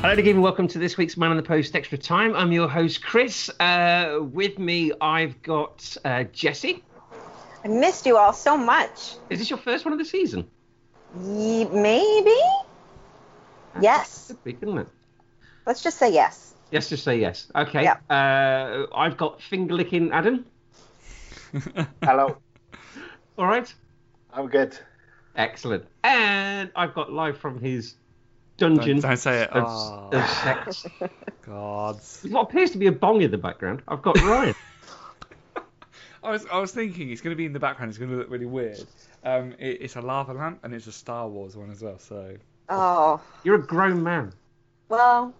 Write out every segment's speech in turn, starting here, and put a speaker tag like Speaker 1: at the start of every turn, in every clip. Speaker 1: Hello again, and welcome to this week's Man on the Post Extra Time. I'm your host, Chris. Uh, with me, I've got uh, Jesse.
Speaker 2: I missed you all so much.
Speaker 1: Is this your first one of the season?
Speaker 2: Ye- maybe? Yes.
Speaker 1: Could be, couldn't it?
Speaker 2: Let's just say yes.
Speaker 1: Yes, just say yes. Okay.
Speaker 2: Yeah.
Speaker 1: Uh, I've got finger licking Adam.
Speaker 3: Hello,
Speaker 1: All right.
Speaker 3: I'm good.
Speaker 1: Excellent. And I've got live from his dungeon.
Speaker 4: Don't- don't say it.
Speaker 1: Of,
Speaker 4: Oh.
Speaker 1: of sex.
Speaker 4: God.
Speaker 1: what appears to be a bong in the background. I've got Ryan.
Speaker 4: I was, I was thinking it's going to be in the background. It's going to look really weird. Um, it, it's a lava lamp and it's a Star Wars one as well. So,
Speaker 2: Oh,
Speaker 1: You're a grown man.
Speaker 2: well,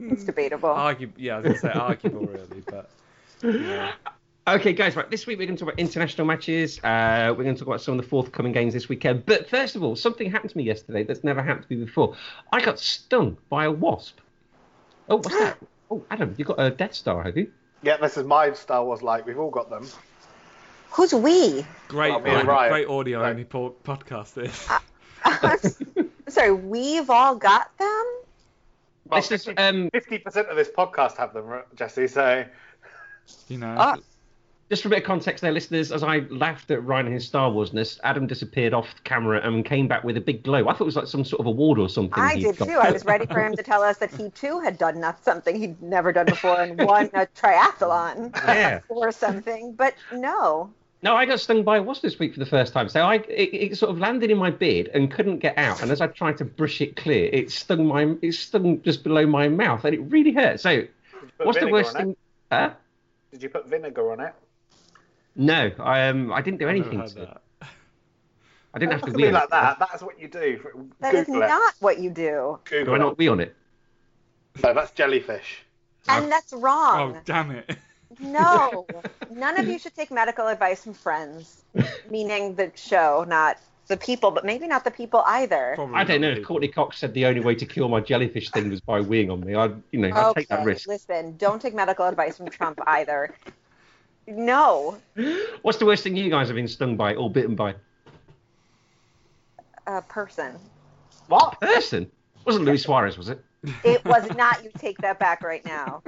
Speaker 2: it's debatable.
Speaker 4: argue, yeah, I was going to say arguable really, but yeah.
Speaker 1: Okay, guys, right. This week we're going to talk about international matches. Uh, we're going to talk about some of the forthcoming games this weekend. But first of all, something happened to me yesterday that's never happened to me before. I got stung by a wasp. Oh, what's that? Oh, Adam, you got a Death Star, have you?
Speaker 3: Yeah, this is my Star Wars like. We've all got them.
Speaker 2: Who's we?
Speaker 4: great,
Speaker 3: Well, me and
Speaker 4: like,
Speaker 3: Ryan.
Speaker 4: great audio
Speaker 3: Right.
Speaker 4: only po- podcast. This.
Speaker 2: I'm s- I'm sorry, we've all got them?
Speaker 3: Well,
Speaker 1: This is, um,
Speaker 3: 50 percent of this podcast have them, right, Jesse. So
Speaker 4: You know,
Speaker 2: Ah.
Speaker 1: Just for a bit of context, there, listeners, as I laughed at Ryan and his Star Warsness, Adam disappeared off camera and came back with a big glow. I thought it was like some sort of award or something.
Speaker 2: I
Speaker 1: he'd
Speaker 2: did
Speaker 1: got.
Speaker 2: too. I was ready for him to tell us that he too had done not something he'd never done before and won a triathlon
Speaker 1: Yeah.
Speaker 2: or something, but no.
Speaker 1: No, I got stung by a wasp this week for the first time. So I it, it sort of landed in my beard and couldn't get out. And as I tried to brush it clear, it stung my it stung just below my mouth, and it really hurt. So
Speaker 3: put
Speaker 1: what's the
Speaker 3: vinegar
Speaker 1: worst
Speaker 3: on it?
Speaker 1: thing? Huh?
Speaker 3: did you put vinegar on it?
Speaker 1: No, I um I didn't do anything.
Speaker 4: I've
Speaker 1: to
Speaker 4: never
Speaker 1: it.
Speaker 4: had
Speaker 1: I didn't have
Speaker 3: Look
Speaker 1: to
Speaker 3: at
Speaker 1: wee
Speaker 3: me
Speaker 1: on
Speaker 3: like
Speaker 1: it.
Speaker 3: that. That's what you do.
Speaker 2: that is
Speaker 3: Google it.
Speaker 2: not what you do.
Speaker 1: Do I
Speaker 3: Google
Speaker 1: not
Speaker 3: it.
Speaker 1: wee on it?
Speaker 3: No, that's jellyfish.
Speaker 2: And that's
Speaker 4: that.
Speaker 2: wrong.
Speaker 4: Oh damn it!
Speaker 2: No, none of you should take medical advice from friends, meaning the show, not the people, but maybe not the people either.
Speaker 4: Probably
Speaker 1: I don't know.
Speaker 4: not
Speaker 1: If
Speaker 4: people.
Speaker 1: Courtney Cox said the only way to cure my jellyfish thing was by weeing on me, I'd you know I'd take that risk.
Speaker 2: listen, don't take medical advice from Trump either. No,
Speaker 1: What's the worst thing you guys have been stung by or bitten by?
Speaker 2: a person.
Speaker 3: What?
Speaker 1: Person? Wasn't Luis Suarez, was it?
Speaker 2: It was not you. Take that back right now.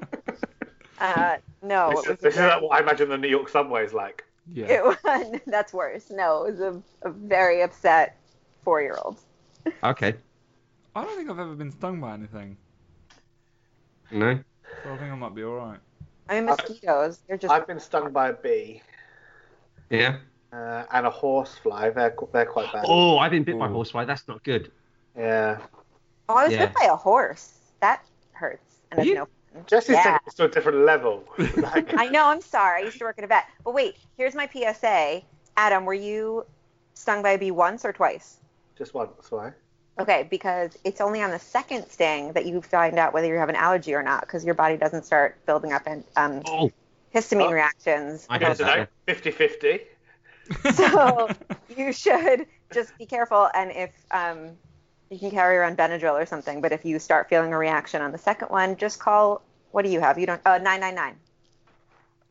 Speaker 2: Uh, no,
Speaker 3: this
Speaker 2: it
Speaker 3: is,
Speaker 2: was.
Speaker 3: this is
Speaker 2: a-
Speaker 3: like what I imagine the New York subway's like.
Speaker 4: Yeah.
Speaker 2: it was that's worse. No, it was a, a very upset four-year-old.
Speaker 1: Okay.
Speaker 4: I don't think I've ever been stung by anything,
Speaker 1: No.
Speaker 4: so I think I might be all right.
Speaker 2: I mean, mosquitoes. They're just
Speaker 3: I've been stung by a bee
Speaker 1: Yeah.
Speaker 3: uh, and a horsefly. They're qu- they're quite bad.
Speaker 1: Oh, I've been bit by a
Speaker 4: Ooh.
Speaker 1: horsefly. That's not good.
Speaker 3: Yeah.
Speaker 2: Oh, I was
Speaker 1: Yeah.
Speaker 2: bit by a horse. That hurts. And it's
Speaker 1: You-
Speaker 2: no fun.
Speaker 3: Jesse's
Speaker 2: Yeah.
Speaker 3: taking this to a different level. Like,
Speaker 2: I know, I'm sorry. I used to work at a vet. But wait, here's my PSA. Adam, were you stung by a bee once or twice?
Speaker 3: just once, why?
Speaker 2: Okay, because it's only on the second sting that you find out whether you have an allergy or not, because your body doesn't start building up and um,
Speaker 1: Oh,
Speaker 2: histamine
Speaker 3: Oh.
Speaker 2: reactions.
Speaker 1: I
Speaker 3: Good
Speaker 1: had
Speaker 3: to
Speaker 1: that.
Speaker 3: know. 50-50.
Speaker 2: So you should just be careful. And if um, you can carry around Benadryl or something, but if you start feeling a reaction on the second one, just call. What do you have? You don't. Uh, 999.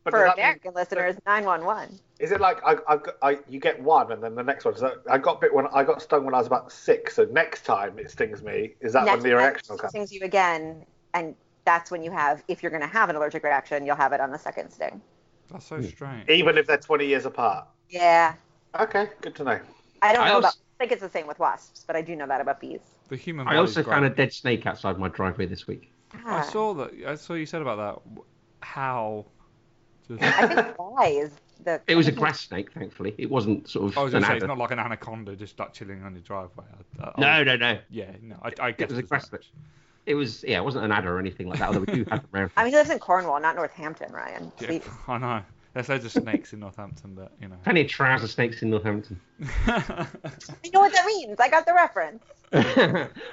Speaker 3: But
Speaker 2: For
Speaker 3: does that mean-
Speaker 2: American listeners, 911.
Speaker 3: Is it like I, I've got, I, you get one and then the next one? So I got bit when I got stung when I was about six. So next time it stings me, is that
Speaker 2: Next
Speaker 3: when the
Speaker 2: time
Speaker 3: reaction will
Speaker 2: it
Speaker 3: come?
Speaker 2: stings you again, and that's when you have, if you're going to have an allergic reaction, you'll have it on the second sting.
Speaker 4: That's so strange.
Speaker 3: Even if they're 20 years apart.
Speaker 2: Yeah.
Speaker 3: Okay, good to know.
Speaker 2: I don't
Speaker 1: I
Speaker 2: know
Speaker 1: also-
Speaker 2: about, I think it's the same with wasps, but I do know that about bees.
Speaker 4: The human.
Speaker 1: I
Speaker 4: body's
Speaker 1: also
Speaker 4: great.
Speaker 1: found a dead snake outside my driveway this week.
Speaker 4: I
Speaker 2: Ah.
Speaker 4: saw that. I saw you said about that. how? Just,
Speaker 2: I think why is the.
Speaker 1: It was a grass snake, thankfully. It wasn't sort of
Speaker 4: Oh. I was
Speaker 1: an
Speaker 4: gonna say it's
Speaker 1: adder.
Speaker 4: not like an anaconda just like chilling on your driveway. I, I, I,
Speaker 1: No, no, no.
Speaker 4: yeah, no, I, I guess
Speaker 1: was
Speaker 4: it
Speaker 1: a
Speaker 4: was
Speaker 1: grass
Speaker 4: much.
Speaker 1: It was yeah, it wasn't an adder or anything like that. Although we do have them around.
Speaker 2: I mean, he lives in Cornwall, not Northampton, Ryan.
Speaker 4: Yeah,
Speaker 2: Please.
Speaker 4: I know. There's loads of snakes in Northampton, but you know.
Speaker 1: Plenty of trouser snakes in Northampton.
Speaker 2: I know what that means. I got the reference.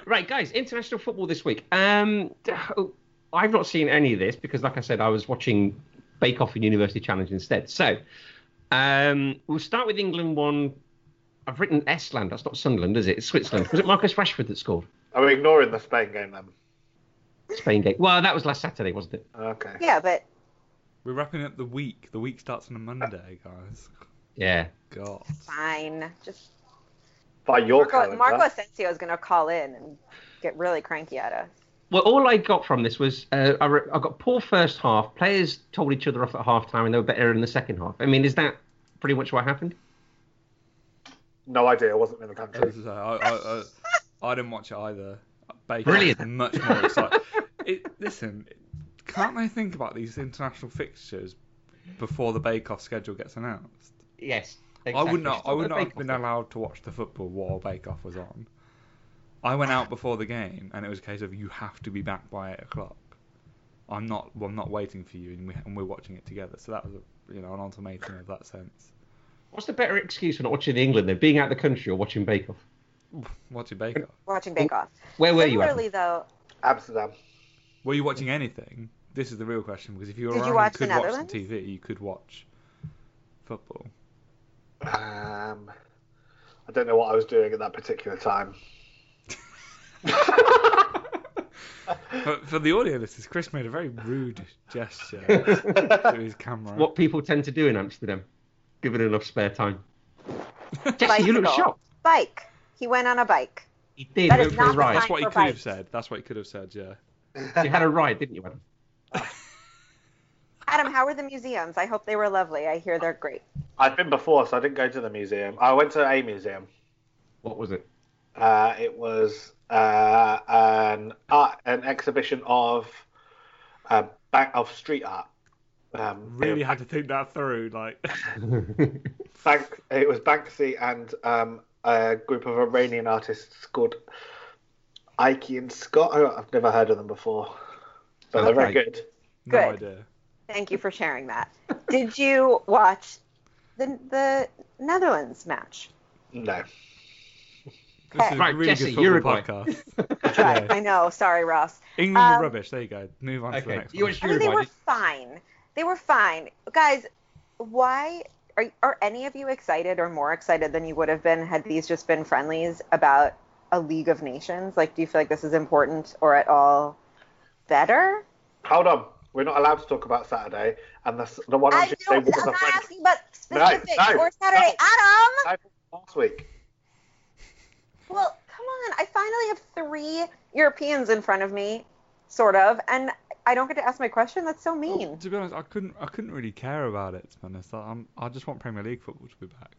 Speaker 1: right, guys, international football this week. Um, d- I've not seen any of this because, like I said, I was watching Bake Off and University Challenge instead. So um, we'll start with England one. I've written Estland. That's not Sunderland, is it? It's Switzerland. Was it Marcus Rashford that scored?
Speaker 3: Are we Oh, ignoring the Spain game then?
Speaker 1: Spain game. Well, that was last Saturday, wasn't it?
Speaker 3: Okay.
Speaker 2: Yeah, but
Speaker 4: We're wrapping up the week. The week starts on a Monday, guys.
Speaker 1: Yeah.
Speaker 4: God.
Speaker 2: fine. Just
Speaker 3: By your
Speaker 2: Marco,
Speaker 3: calendar.
Speaker 2: Marco Asensio is going to call in and get really cranky at us.
Speaker 1: Well, all I got from this was uh, I, re- I got poor first half. Players told each other off at half time and they were better in the second half. I mean, is that pretty much what happened?
Speaker 3: No idea. I wasn't in the country.
Speaker 4: As I, say, I, I, I, I didn't watch it either. Baker
Speaker 1: Brilliant.
Speaker 4: is much more exciting. It, listen, can't they think about these international fixtures before the Bake Off schedule gets announced?
Speaker 1: Yes.
Speaker 4: I would not. I would not have been allowed to watch the football while Bake Off was on. I went out before the game, and it was a case of you have to be back by eight o'clock. I'm not. Well, I'm not waiting for you, and, we, and we're watching it together. So that was, a, you know, an ultimatum of that sense.
Speaker 1: What's the better excuse for not watching England than being out of the country or watching Bake Off?
Speaker 4: Watching Bake Off.
Speaker 2: We're watching Bake Off.
Speaker 1: Where were you? Adam?
Speaker 2: Similarly, though,
Speaker 3: Amsterdam.
Speaker 4: Were you watching anything? This is the real question because if you were
Speaker 2: Did you
Speaker 4: around
Speaker 2: watch
Speaker 4: and could
Speaker 2: the
Speaker 4: watch
Speaker 2: Netherlands?
Speaker 4: the TV, you could watch football.
Speaker 3: Um, I don't know what I was doing at that particular time.
Speaker 4: But for the audio listeners, Chris made a very rude gesture to his camera.
Speaker 1: What people tend to do in Amsterdam, given enough spare time. Jesse, you look
Speaker 2: Bicycle.
Speaker 1: shocked.
Speaker 2: bike. He went on a bike.
Speaker 1: He did.
Speaker 2: That
Speaker 1: went
Speaker 2: is
Speaker 1: for a
Speaker 2: not the
Speaker 1: ride.
Speaker 4: That's what he
Speaker 2: for
Speaker 4: could have
Speaker 2: bikes.
Speaker 4: said. That's what he could have said. Yeah.
Speaker 1: You had a ride, didn't you, Adam?
Speaker 2: Adam, how were the museums? I hope they were lovely. I hear they're great.
Speaker 3: I've been before, so I didn't go to the museum. I went to a museum.
Speaker 1: What was it?
Speaker 3: Uh, it was uh, an art, an exhibition of uh, back of street art. Um,
Speaker 4: Really
Speaker 3: it,
Speaker 4: had to think that through. Like,
Speaker 3: Bank, it was Banksy and um, a group of Iranian artists called Ike and Scott. who I've never heard of them before, but they're very
Speaker 1: Okay.
Speaker 3: good.
Speaker 4: no
Speaker 2: Good.
Speaker 4: idea.
Speaker 2: Thank you for sharing that. Did you watch the the Netherlands match?
Speaker 3: No,
Speaker 4: This is
Speaker 2: Right,
Speaker 4: a really
Speaker 1: Jesse,
Speaker 4: good football
Speaker 1: Uruguay.
Speaker 4: podcast.
Speaker 2: Right,
Speaker 4: Yeah.
Speaker 2: I know. Sorry, Ross.
Speaker 4: England are
Speaker 2: Um,
Speaker 4: rubbish. There you go. Move on to the
Speaker 1: Okay.
Speaker 4: next
Speaker 1: You
Speaker 4: one.
Speaker 1: watched
Speaker 2: I mean, they
Speaker 1: Uruguay,
Speaker 2: were
Speaker 1: didn't
Speaker 2: fine. They were fine, guys. Why are are any of you excited or more excited than you would have been had these just been friendlies about a League of Nations? Like, do you feel like this is important or at all better?
Speaker 3: hold on. We're not allowed to talk about Saturday, and the, the one on
Speaker 2: I
Speaker 3: Tuesday
Speaker 2: don't,
Speaker 3: was
Speaker 2: I'm
Speaker 3: a
Speaker 2: not
Speaker 3: friend
Speaker 2: asking about
Speaker 3: No,
Speaker 2: specifics
Speaker 3: no,
Speaker 2: or Saturday. Adam,
Speaker 3: last week.
Speaker 2: well, come on. I finally have three Europeans in front of me, sort of, and I don't get to ask my question. That's so mean.
Speaker 4: To be honest, I couldn't. I couldn't really care about it. To be honest, I- I'm, I just want Premier League football to be back.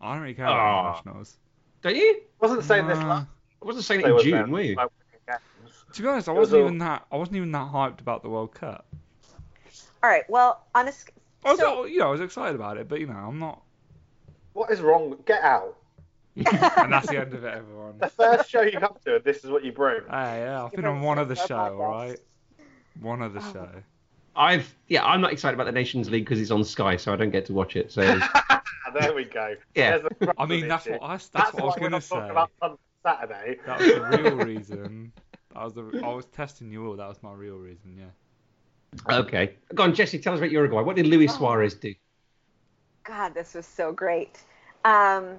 Speaker 4: I don't really care about
Speaker 1: Aw.
Speaker 3: Ah.
Speaker 4: internationals.
Speaker 1: Don't you?
Speaker 3: Wasn't saying this
Speaker 4: Nah.
Speaker 3: last.
Speaker 1: I wasn't saying it
Speaker 3: Saturday,
Speaker 1: in
Speaker 3: was
Speaker 1: June,
Speaker 3: it?
Speaker 1: were you?
Speaker 3: Like, games.
Speaker 4: To be honest, I
Speaker 3: It was
Speaker 4: wasn't
Speaker 3: all-
Speaker 4: even that. I wasn't even that hyped about the World Cup.
Speaker 2: All right. Well, on a sc-
Speaker 4: I was,
Speaker 2: So-
Speaker 4: all- you know, I was excited about it, but you know, I'm not.
Speaker 3: What is wrong? with- Get out.
Speaker 4: And that's the end of it, everyone.
Speaker 3: The first show you come to, and this is what you bring.
Speaker 4: Hey, yeah, I've
Speaker 2: You
Speaker 4: been
Speaker 2: bring
Speaker 4: on one
Speaker 2: us
Speaker 4: other
Speaker 2: our
Speaker 4: show,
Speaker 2: podcast.
Speaker 4: alright? One other
Speaker 2: Oh.
Speaker 4: show.
Speaker 1: I've yeah, I'm not excited about the Nations League because it's on Sky, so I don't get to watch it. So
Speaker 3: there we go.
Speaker 1: Yeah.
Speaker 3: There's the
Speaker 4: Uh, I mean,
Speaker 3: problem
Speaker 4: that's
Speaker 3: issue.
Speaker 4: what I. That's,
Speaker 3: That's
Speaker 4: what I was
Speaker 3: why we're
Speaker 4: gonna
Speaker 3: not
Speaker 4: say.
Speaker 3: talking about on Saturday.
Speaker 4: That was the real reason. That was the. I was testing you all. That was my real reason. Yeah.
Speaker 1: okay, go on, Jesse. Tell us about Uruguay. What did
Speaker 2: Oh.
Speaker 1: Luis Suarez do?
Speaker 2: God, this was so great. Um,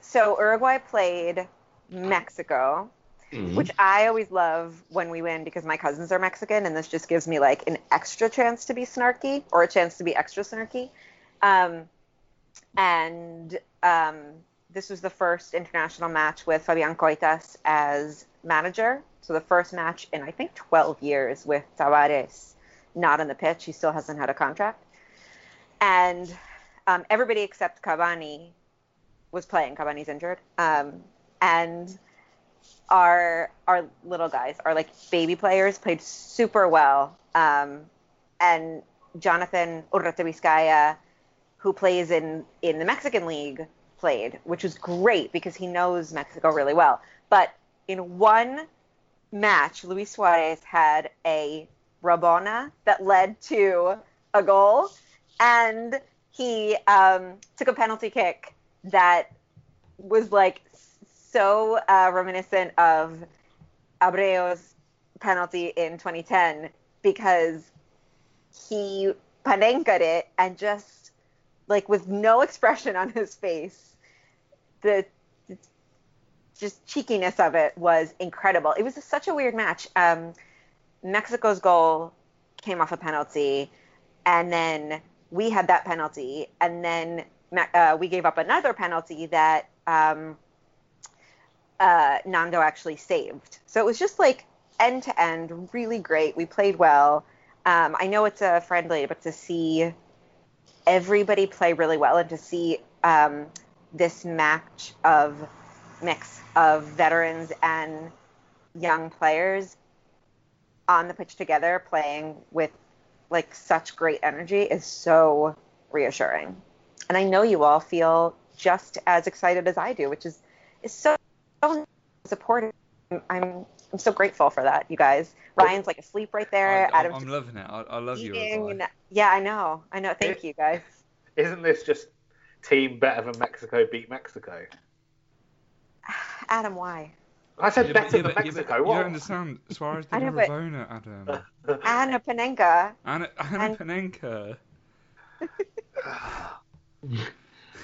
Speaker 2: so Uruguay played Mexico,
Speaker 1: Hmm. Mm-hmm.
Speaker 2: which I always love when we win because my cousins are Mexican, and this just gives me like an extra chance to be snarky or a chance to be extra snarky. Um, and um, this was the first international match with Fabian Coitas as manager. So the first match in I think 12 years with Tavares not on the pitch. He still hasn't had a contract and um, everybody except Cavani was playing. Cavani's injured, um, and our our little guys, our like baby players, played super well. um, and Jonathan Urratavizcaya, who plays in in the Mexican League, played, which was great because he knows Mexico really well. But in one match, Luis Suarez had a rabona that led to a goal, and he um, took a penalty kick that was like so uh, reminiscent of Abreo's penalty in 2010 because he panenka it and just like with no expression on his face, the, the just cheekiness of it was incredible. It was such a weird match. Um, Mexico's goal came off a penalty, and then we had that penalty, and then uh, we gave up another penalty that um, uh, Nando actually saved. So it was just like end to end, really great. We played well. Um, I know it's a friendly, but to see everybody play really well and to see um, this match of mix of veterans and young players on the pitch together playing with like such great energy is so reassuring and i know you all feel just as excited as i do which is is so, so supportive i'm i'm so grateful for that you guys ryan's like asleep right there Uh,
Speaker 4: I,
Speaker 2: adam's
Speaker 4: am loving it. I, I love you.
Speaker 2: eating
Speaker 4: Rosalie.
Speaker 2: and- yeah i know i know thank you guys
Speaker 3: Isn't this just team better than Mexico beat Mexico?
Speaker 2: adam why
Speaker 3: I said
Speaker 4: Yeah, but-
Speaker 3: better
Speaker 4: yeah,
Speaker 3: than
Speaker 4: but- yeah, but
Speaker 3: Mexico.
Speaker 4: You
Speaker 3: what?
Speaker 4: don't understand. Suarez
Speaker 2: I
Speaker 4: did a
Speaker 2: know, but-
Speaker 4: Ravona, Adam.
Speaker 1: Uh,
Speaker 2: anna panenka
Speaker 4: Anna, Anna
Speaker 2: And-
Speaker 4: Panenka.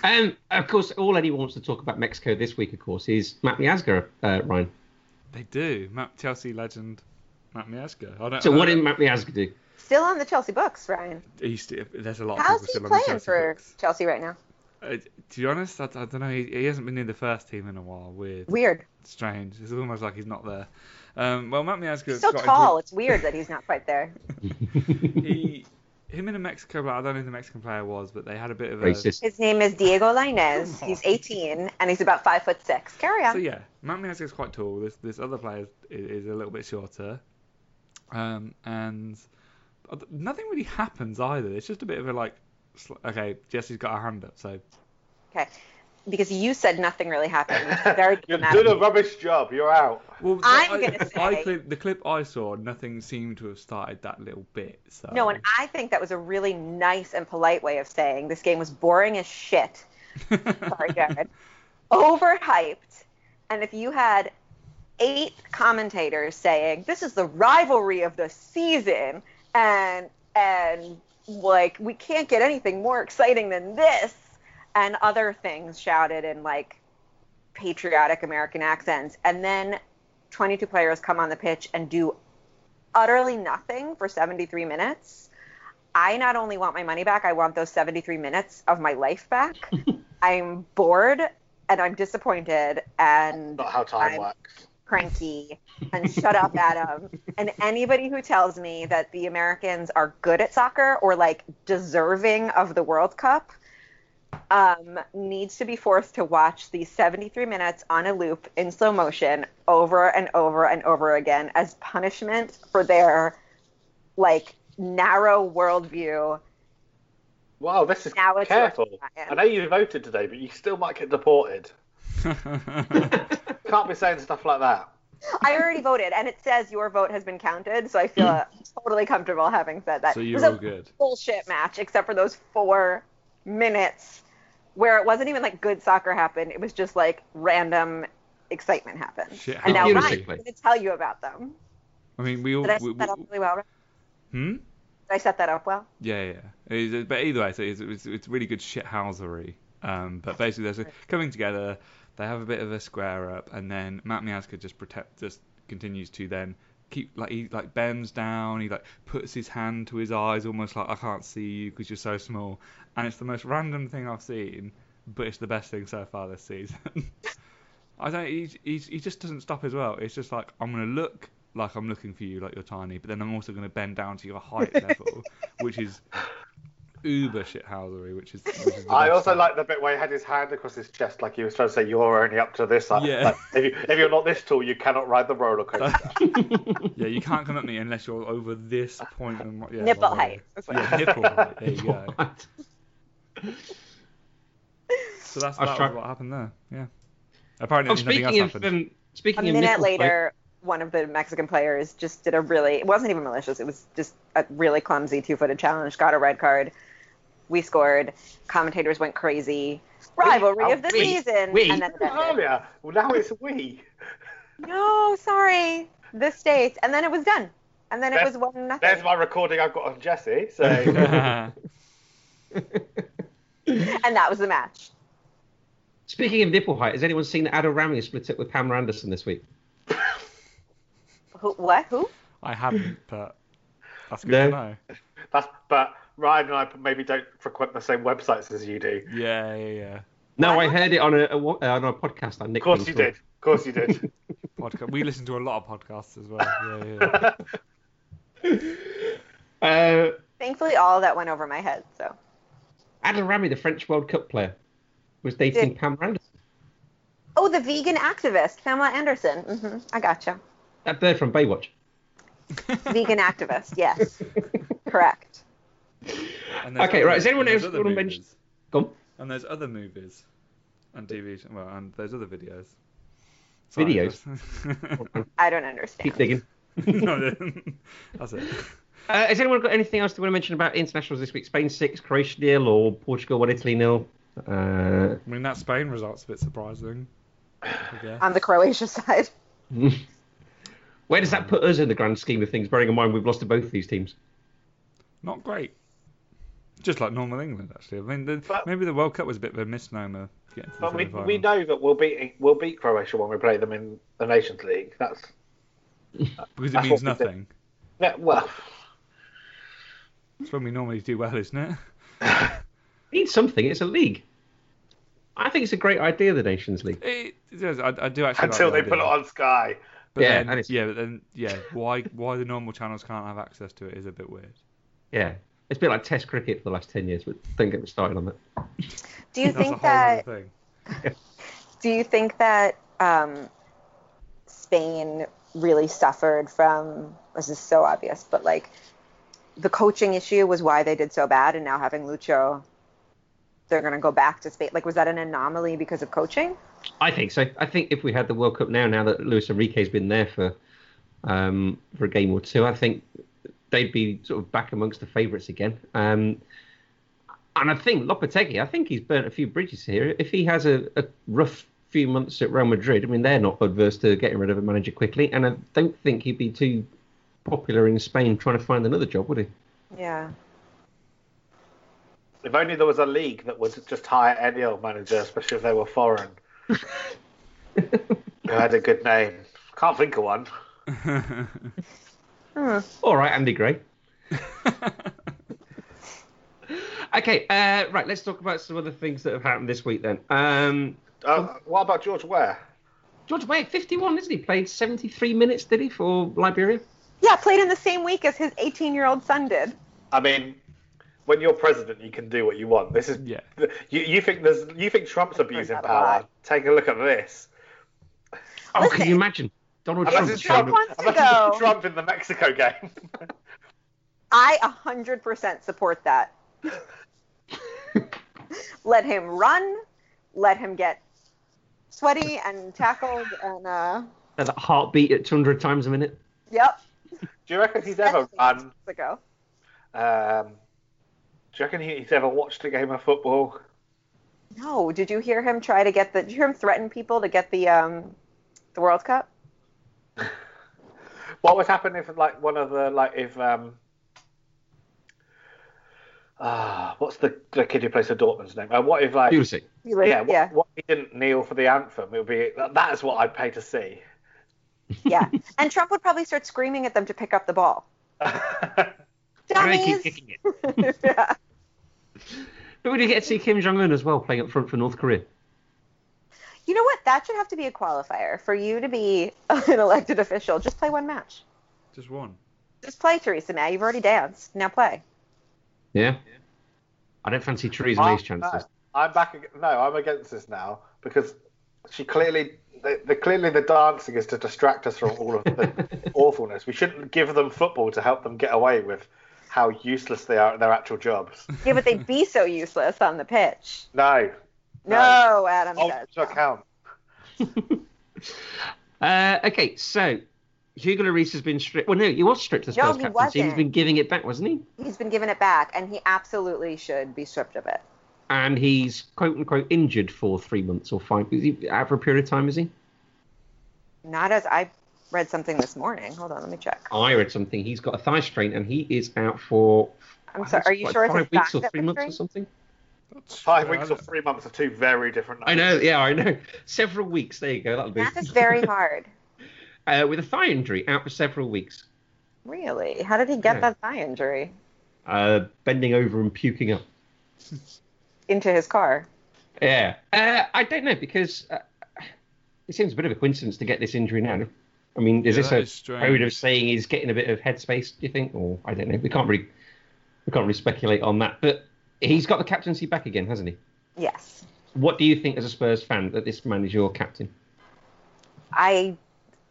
Speaker 1: Um, of course, all anyone wants to talk about Mexico this week, of course, is Matt Miazga, uh, Ryan.
Speaker 4: They do. Matt Chelsea legend. Matt Miazga. I don't.
Speaker 1: So
Speaker 4: I
Speaker 1: what
Speaker 4: don't-
Speaker 1: did Matt Miazga do?
Speaker 2: still on the chelsea books ryan
Speaker 4: He st- there's a lot of
Speaker 2: how's
Speaker 4: people
Speaker 2: he
Speaker 4: still on the
Speaker 2: playing
Speaker 4: Chelsea
Speaker 2: for
Speaker 4: books.
Speaker 2: chelsea right now
Speaker 4: Uh, to be honest, I, I don't know. He, he hasn't been in the first team in a while. Weird.
Speaker 2: weird
Speaker 4: Strange. It's almost like he's not there. Um, well, Matt Miazga.
Speaker 2: He's so
Speaker 4: got into-
Speaker 2: tall. It's weird that he's not quite there.
Speaker 4: he, him in a Mexico, but I don't know who the Mexican player was, but they had a bit of a.
Speaker 1: Racist.
Speaker 2: His name is Diego Lainez.
Speaker 4: Come on.
Speaker 2: He's 18 and he's about five foot six. Carry on.
Speaker 4: So yeah, Matt Miazga is quite tall. This this other player is, is a little bit shorter, um, and nothing really happens either. It's just a bit of a like, sl- okay, Jesse's got her hand up, so
Speaker 2: Okay. Because you said nothing really happened. which is Very
Speaker 3: You're
Speaker 2: dramatic.
Speaker 3: doing a rubbish job. You're out.
Speaker 4: Well,
Speaker 2: I'm
Speaker 4: I-
Speaker 2: gonna
Speaker 4: I
Speaker 2: say-
Speaker 4: clip- the clip I saw, nothing seemed to have started that little bit. So.
Speaker 2: No, and I think that was a really nice and polite way of saying this game was boring as shit. Sorry, Jared. Overhyped. And if you had eight commentators saying this is the rivalry of the season, and and like we can't get anything more exciting than this, and other things shouted in like patriotic American accents, and then 22 players come on the pitch and do utterly nothing for 73 minutes. I not only want my money back, I want those 73 minutes of my life back. I'm bored and I'm disappointed and
Speaker 3: Not how time
Speaker 2: I'm-
Speaker 3: works.
Speaker 2: cranky and shut up, Adam. And anybody who tells me that the Americans are good at soccer or like deserving of the World Cup um, needs to be forced to watch these 73 minutes on a loop in slow motion over and over and over again as punishment for their like narrow worldview.
Speaker 3: Wow, this is
Speaker 2: Now it's
Speaker 3: careful.
Speaker 2: working, Ryan.
Speaker 3: I know you voted today, but you still might get deported. Can't be saying stuff like that.
Speaker 2: I already voted, and it says your vote has been counted, so I feel uh, totally comfortable having said that.
Speaker 4: so
Speaker 2: It was
Speaker 4: you're
Speaker 2: a
Speaker 4: all good.
Speaker 2: bullshit match except for those four minutes where it wasn't even like good soccer happened. It was just like random excitement happened.
Speaker 4: Shit
Speaker 2: and now
Speaker 1: happened.
Speaker 2: Ryan's
Speaker 1: Basically.
Speaker 2: going to tell you about them.
Speaker 4: I mean, we all.
Speaker 2: Did I
Speaker 4: we-
Speaker 2: set that up
Speaker 4: we-
Speaker 2: really well? Did
Speaker 4: hmm?
Speaker 2: I set that up well?
Speaker 4: Yeah, yeah. It's- but either way, so it's, it's, it's really good shithousery. Um, but basically, they're sort of coming together. They have a bit of a square up, and then Matt Miazga just protect, just continues to then keep like he like bends down. He like puts his hand to his eyes, almost like I can't see you because you're so small. And it's the most random thing I've seen, but it's the best thing so far this season. I don't. He, he he just doesn't stop as well. It's just like I'm gonna look like I'm looking for you, like you're tiny, but then I'm also gonna bend down to your height level, which is uber shithousery, which is. Which is the
Speaker 3: I
Speaker 4: best
Speaker 3: also
Speaker 4: thing.
Speaker 3: like the bit where he had his hand across his chest, like he was trying to say, "You're only up to this." Like,
Speaker 4: Yeah.
Speaker 3: like, if, you, if you're not this tall, you cannot ride the roller coaster.
Speaker 4: Yeah, you can't come at me unless you're over this point. in my- yeah,
Speaker 2: Nipple
Speaker 4: well,
Speaker 2: height. That's what-
Speaker 4: Yeah, nipple height. There you go.
Speaker 1: What? Oh,
Speaker 4: So that's
Speaker 1: I was
Speaker 4: that
Speaker 1: trying-
Speaker 4: was what happened there. Yeah. Apparently,
Speaker 1: Oh,
Speaker 4: nothing
Speaker 1: speaking
Speaker 4: else
Speaker 1: of
Speaker 4: happened.
Speaker 1: um, speaking
Speaker 2: a
Speaker 1: of
Speaker 2: minute
Speaker 1: nipple plate-
Speaker 2: later, one of the Mexican players just did a really, it wasn't even malicious, it was just a really clumsy two footed challenge, got a red card. We scored. Commentators went crazy. Rivalry
Speaker 3: Oh,
Speaker 2: of the
Speaker 1: we-
Speaker 2: season.
Speaker 1: we-
Speaker 2: and then it ended.
Speaker 3: Earlier, well, now it's we.
Speaker 2: No, sorry. The States. And then it was done. And then it
Speaker 3: There's-
Speaker 2: was one nothing.
Speaker 3: There's my recording I've got on Jesse. So
Speaker 2: And that was the match.
Speaker 1: Speaking of nipple height, has anyone seen that Adam Ramsey split up with Pamela Anderson this week?
Speaker 2: Who, what? Who?
Speaker 4: I haven't, but that's good
Speaker 1: No.
Speaker 4: to know.
Speaker 3: that's but Ryan and I maybe don't frequent the same websites as you do.
Speaker 4: Yeah, yeah, yeah.
Speaker 1: No,
Speaker 2: What?
Speaker 1: I heard it on a, a wa- uh, on a podcast. I
Speaker 3: Of course you did. Of course you did.
Speaker 4: Podcast. We listen to a lot of podcasts as well. Yeah, yeah.
Speaker 1: Uh,
Speaker 2: Thankfully, all that went over my head. So
Speaker 1: Adam Ramy, the French World Cup player, was dating
Speaker 2: Did-
Speaker 1: Pam Anderson.
Speaker 2: Oh, the vegan activist, Pamela Anderson. hmm I gotcha.
Speaker 1: That bird from Baywatch.
Speaker 2: Vegan activist, yes. Correct.
Speaker 4: And there's
Speaker 1: Okay, right, does anyone
Speaker 4: and there's
Speaker 1: else
Speaker 4: other
Speaker 1: wanna
Speaker 4: movies.
Speaker 1: mention- Come.
Speaker 4: And there's other movies and TV. sh- Well, and there's other videos.
Speaker 1: Videos?
Speaker 2: I don't understand.
Speaker 1: Keep digging.
Speaker 4: no, that's it.
Speaker 1: Uh, has anyone got anything else they want to mention about internationals this week? Spain six, Croatia nil, or Portugal one, Italy nil. Uh,
Speaker 4: I mean, that Spain result's a bit surprising. I guess.
Speaker 3: Um,
Speaker 2: On the Croatia side.
Speaker 1: where does that put us in the grand scheme of things? Bearing in mind we've lost to both these teams.
Speaker 4: Not great. Just like normal England, actually. I mean, the,
Speaker 3: But-
Speaker 4: maybe the World Cup was a bit of a misnomer. Getting to the
Speaker 3: But we,
Speaker 4: semi-final.
Speaker 3: we know that we'll beat we'll beat Croatia when we play them in the Nations League. That's
Speaker 4: because it
Speaker 3: that's
Speaker 4: means
Speaker 3: what we did.
Speaker 4: nothing.
Speaker 3: yeah, well.
Speaker 4: It's when we normally do well, isn't it?
Speaker 1: We need something. It's a league. I think it's a great idea, the Nations League.
Speaker 4: It, it does. I, I do actually. like
Speaker 3: Until
Speaker 4: the
Speaker 3: they put it
Speaker 4: idea.
Speaker 3: on Sky.
Speaker 4: But
Speaker 1: Yeah,
Speaker 4: then-
Speaker 1: and it's-
Speaker 4: yeah, but then yeah, why why the normal channels can't have access to it is a bit weird.
Speaker 1: Yeah. It's been like Test cricket for the last ten years, but don't get me started on that.
Speaker 2: Do you
Speaker 4: That's a
Speaker 2: think
Speaker 4: whole other
Speaker 2: that
Speaker 4: thing.
Speaker 2: do you think that um, Spain really suffered from this is so obvious, but like the coaching issue was why they did so bad and now having Lucho they're gonna go back to Spain. Like was that an anomaly because of coaching?
Speaker 1: I think so. I think if we had the World Cup now, now that Luis Enrique's been there for um, for a game or two, I think they'd be sort of back amongst the favourites again. Um, and I think Lopetegui, I think he's burnt a few bridges here. If he has a, a rough few months at Real Madrid, I mean, they're not adverse to getting rid of a manager quickly, and I don't think he'd be too popular in Spain trying to find another job, would he?
Speaker 2: Yeah.
Speaker 3: If only there was a league that would just hire any old manager, especially if they were foreign. who had a good name. Can't think of one.
Speaker 1: All right, Andy Gray. Okay, uh, right. Let's talk about some other things that have happened this week then. Um,
Speaker 3: Uh, what about George Ware?
Speaker 1: George Weah, 51, isn't he? Played 73 minutes, did he, for Liberia?
Speaker 2: Yeah, played in the same week as his 18 year old son did.
Speaker 3: I mean, when you're president, you can do what you want. This is
Speaker 4: Yeah.
Speaker 3: You, you think there's you think Trump's abusing
Speaker 2: that a
Speaker 3: power?
Speaker 2: lot.
Speaker 3: Take a look at this.
Speaker 1: Oh,
Speaker 2: Listen.
Speaker 1: can you imagine? Donald
Speaker 3: Unless
Speaker 1: Trump.
Speaker 3: it's
Speaker 1: showing
Speaker 3: Trump,
Speaker 2: Trump
Speaker 1: up-
Speaker 2: wants to
Speaker 3: unless
Speaker 2: go.
Speaker 3: it's Trump in the Mexico game.
Speaker 2: I 100% support that. let him run, let him get sweaty and tackled, and uh,
Speaker 1: That heartbeat at 200 times a minute.
Speaker 2: yep.
Speaker 3: do you reckon he's ever
Speaker 2: Especially
Speaker 3: run?
Speaker 2: months Ago.
Speaker 3: Um, do you reckon he- he's ever watched a game of football?
Speaker 2: No, did you hear him try to get the? Did you hear him threaten people to get the um, the World Cup?
Speaker 3: What would happen if like one of the like if um ah what's the the kid who plays for Dortmund's name? Uh, what if like
Speaker 1: Pulisic.
Speaker 2: You
Speaker 3: yeah
Speaker 2: like-
Speaker 3: what, what if he didn't kneel for the anthem? It would be that, that is what I'd pay to see.
Speaker 2: yeah, yeah. And Trump would probably start screaming at them to pick up the ball.
Speaker 1: And they keep
Speaker 2: Dummies.
Speaker 1: kicking it.
Speaker 2: yeah.
Speaker 1: But we do get to see Kim Jong Un as well playing up front for North Korea.
Speaker 2: You know what? That should have to be a qualifier for you to be an elected official. Just play one match.
Speaker 4: Just one.
Speaker 2: Just play, Theresa May. You've already danced. Now play.
Speaker 1: Yeah. I don't fancy Theresa May's
Speaker 3: I'm
Speaker 1: chances.
Speaker 3: back- I'm back. ag- No, I'm against this now because she clearly, the, the clearly the dancing is to distract us from all of the awfulness. We shouldn't give them football to help them get away with how useless they are at their actual jobs.
Speaker 2: Yeah, but they'd be so useless on the pitch.
Speaker 3: No,
Speaker 2: No, Adam
Speaker 3: hold
Speaker 2: says.
Speaker 3: to account.
Speaker 1: Uh, okay, so Hugo Lloris has been stripped. Well, no, he was stripped as
Speaker 2: No,
Speaker 1: Spurs
Speaker 2: he
Speaker 1: captain. So he's
Speaker 2: wasn't.
Speaker 1: been giving it back, wasn't he?
Speaker 2: He's been given it back, and he absolutely should be stripped of it.
Speaker 1: And he's quote unquote injured for three months or five. Is he out for a period of time? Is he?
Speaker 2: Not as I read something this morning. Hold on, let me check.
Speaker 1: I read something. He's got a thigh strain and he is out for.
Speaker 2: I'm
Speaker 1: I think
Speaker 2: sorry.
Speaker 1: it's
Speaker 2: Are you
Speaker 1: like
Speaker 2: sure it's
Speaker 1: five
Speaker 2: his
Speaker 1: weeks
Speaker 2: back
Speaker 1: or
Speaker 2: that
Speaker 1: three
Speaker 2: was
Speaker 1: months or
Speaker 2: strained?
Speaker 1: something?
Speaker 4: That's
Speaker 3: Five
Speaker 4: fair,
Speaker 3: weeks
Speaker 4: I
Speaker 3: or
Speaker 4: don't-
Speaker 3: three months are two very different.
Speaker 1: I know. Yeah, I know. Several weeks. There you go. That'll be.
Speaker 2: Math is very hard.
Speaker 1: uh, with a thigh injury, out for several weeks.
Speaker 2: Really? How did he get
Speaker 1: Yeah.
Speaker 2: that thigh injury?
Speaker 1: Uh, bending over and puking up.
Speaker 2: Into his car.
Speaker 1: Yeah. Uh, I don't know because uh, it seems a bit of a coincidence to get this injury now. I mean, is
Speaker 4: Yeah, that is
Speaker 1: this a
Speaker 4: strange.
Speaker 1: code of saying he's getting a bit of headspace? Do you think, or I don't know. We can't really, we can't really speculate on that. But he's got the captaincy back again, hasn't he?
Speaker 2: Yes.
Speaker 1: What do you think, as a Spurs fan, that this man is your captain?
Speaker 2: I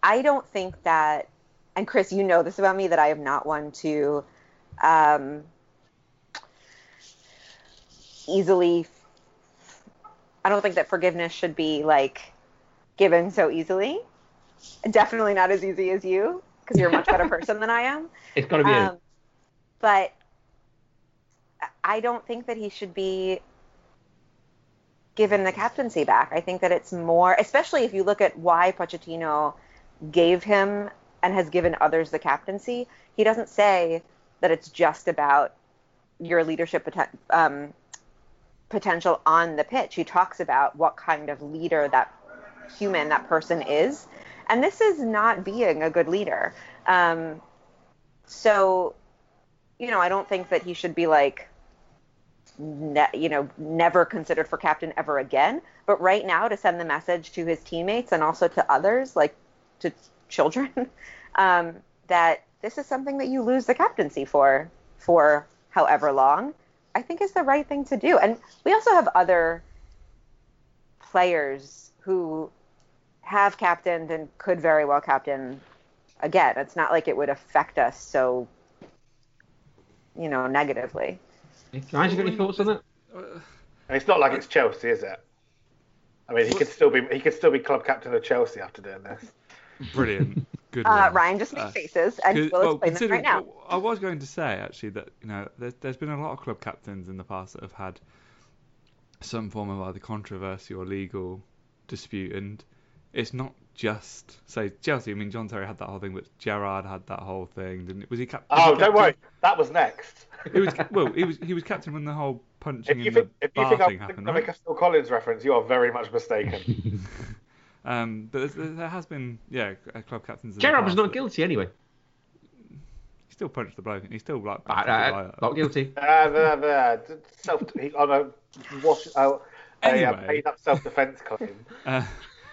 Speaker 2: I don't think that and Chris, you know this about me that I am not one to um, easily I don't think that forgiveness should be like given so easily. Definitely not as easy as you because you're a much better person than I am.
Speaker 1: It's got to be.
Speaker 2: Um, but I don't think that he should be given the captaincy back. I think that it's more, especially if you look at why Pochettino gave him and has given others the captaincy. He doesn't say that it's just about your leadership poten- um, potential on the pitch. He talks about what kind of leader that human, that person is. And this is not being a good leader. Um, so you know i don't think that he should be like ne- you know never considered for captain ever again but right now to send the message to his teammates and also to others like to children um, that this is something that you lose the captaincy for for however long i think is the right thing to do and we also have other players who have captained and could very well captain again, it's not like it would affect us so, you know, negatively.
Speaker 1: Guys, you got any thoughts on that?
Speaker 3: And it's not like it's Chelsea, is it? I mean, he could still be he could still be club captain of Chelsea after doing this.
Speaker 4: Brilliant. Good.
Speaker 2: Uh,
Speaker 4: one.
Speaker 2: Ryan just made
Speaker 4: Uh, oh,
Speaker 2: faces, and
Speaker 4: Good-
Speaker 2: we'll
Speaker 4: well,
Speaker 2: explain them
Speaker 4: considering-
Speaker 2: right now.
Speaker 4: well, I was going to say actually that you know there, there's been a lot of club captains in the past that have had some form of either controversy or legal dispute, and it's not just say Chelsea. I mean, John Terry had that whole thing, but Gerard had that whole thing, didn't it? Was he cap- was he
Speaker 3: Oh,
Speaker 4: captain?
Speaker 3: don't worry, that was next.
Speaker 4: It was well, he was he was captain when the whole punching
Speaker 3: If
Speaker 4: in
Speaker 3: you
Speaker 4: the
Speaker 3: think if you
Speaker 4: bar
Speaker 3: think
Speaker 4: thing
Speaker 3: I'm going
Speaker 4: happened.
Speaker 3: to
Speaker 4: Right?
Speaker 3: make a Phil Collins reference, you are very much mistaken.
Speaker 4: Um, but there's- there, there has been yeah, uh, club captains. in the
Speaker 1: Gerard was
Speaker 4: past
Speaker 1: not
Speaker 4: that-
Speaker 1: guilty anyway.
Speaker 4: He still punched the bloke, and he still like.
Speaker 1: Uh,
Speaker 4: batted the guy
Speaker 1: uh,
Speaker 4: up.
Speaker 1: not guilty.
Speaker 3: uh, there, there. Self he, on a wash out a uh,
Speaker 4: Anyway.
Speaker 3: paid up self defense claim.
Speaker 4: Uh,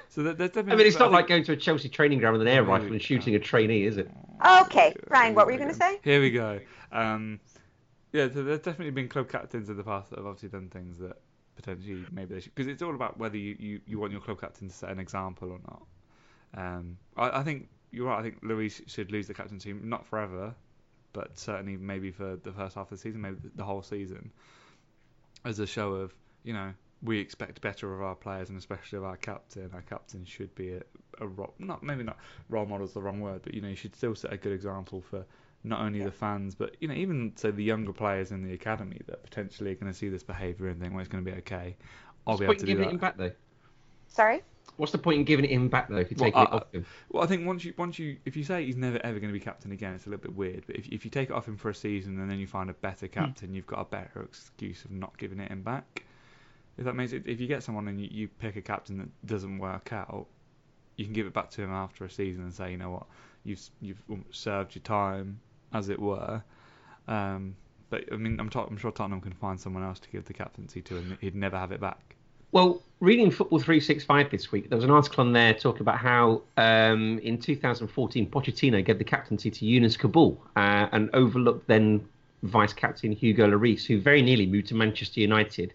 Speaker 4: so there, there's
Speaker 1: I
Speaker 4: definitely.
Speaker 1: mean, it's
Speaker 4: but
Speaker 1: not
Speaker 4: think-
Speaker 1: like going to a Chelsea training ground with an air rifle and shooting a trainee, is it?
Speaker 2: Okay, Ryan, what were you going to say?
Speaker 4: Here we go. Um, yeah, so there's definitely been club captains in the past that have obviously done things that potentially maybe they should. Because it's all about whether you, you, you want your club captain to set an example or not. Um, I, I think you're right. I think Luis should lose the captaincy, not forever, but certainly maybe for the first half of the season, maybe the whole season, as a show of, you know, we expect better of our players and especially of our captain. Our captain should be a, a role, not maybe not role model is the wrong word, but you know, you should still set a good example for not only the fans, but you know, even say the younger players in the academy that potentially are going to see this behaviour and think, well, it's going to be okay.
Speaker 1: What's
Speaker 4: I'll
Speaker 1: the
Speaker 4: be able
Speaker 1: point
Speaker 4: to
Speaker 1: in
Speaker 4: do
Speaker 1: giving
Speaker 4: that.
Speaker 1: it him back though?
Speaker 2: Sorry?
Speaker 1: What's the point in giving it him back though if you're
Speaker 4: Well,
Speaker 1: taking
Speaker 4: uh,
Speaker 1: it
Speaker 4: I-
Speaker 1: off him?
Speaker 4: Well, I think once you once you if you say he's never ever going to be captain again, it's a little bit weird. But if, if you take it off him for a season and then you find a better captain, you've got a better excuse of not giving it him back. If that makes it, if you get someone and you, you pick a captain that doesn't work out, you can give it back to him after a season and say, you know what, you've you've um, served your time, as it were. Um, but I mean, I'm, tot- I'm sure Tottenham can find someone else to give the captaincy to, and he'd never have it back.
Speaker 1: Well, reading Football 365 this week, there was an article on there talking about how um, in 2014 Pochettino gave the captaincy to Yunus Kabul uh, and overlooked then vice captain Hugo Lloris, who very nearly moved to Manchester United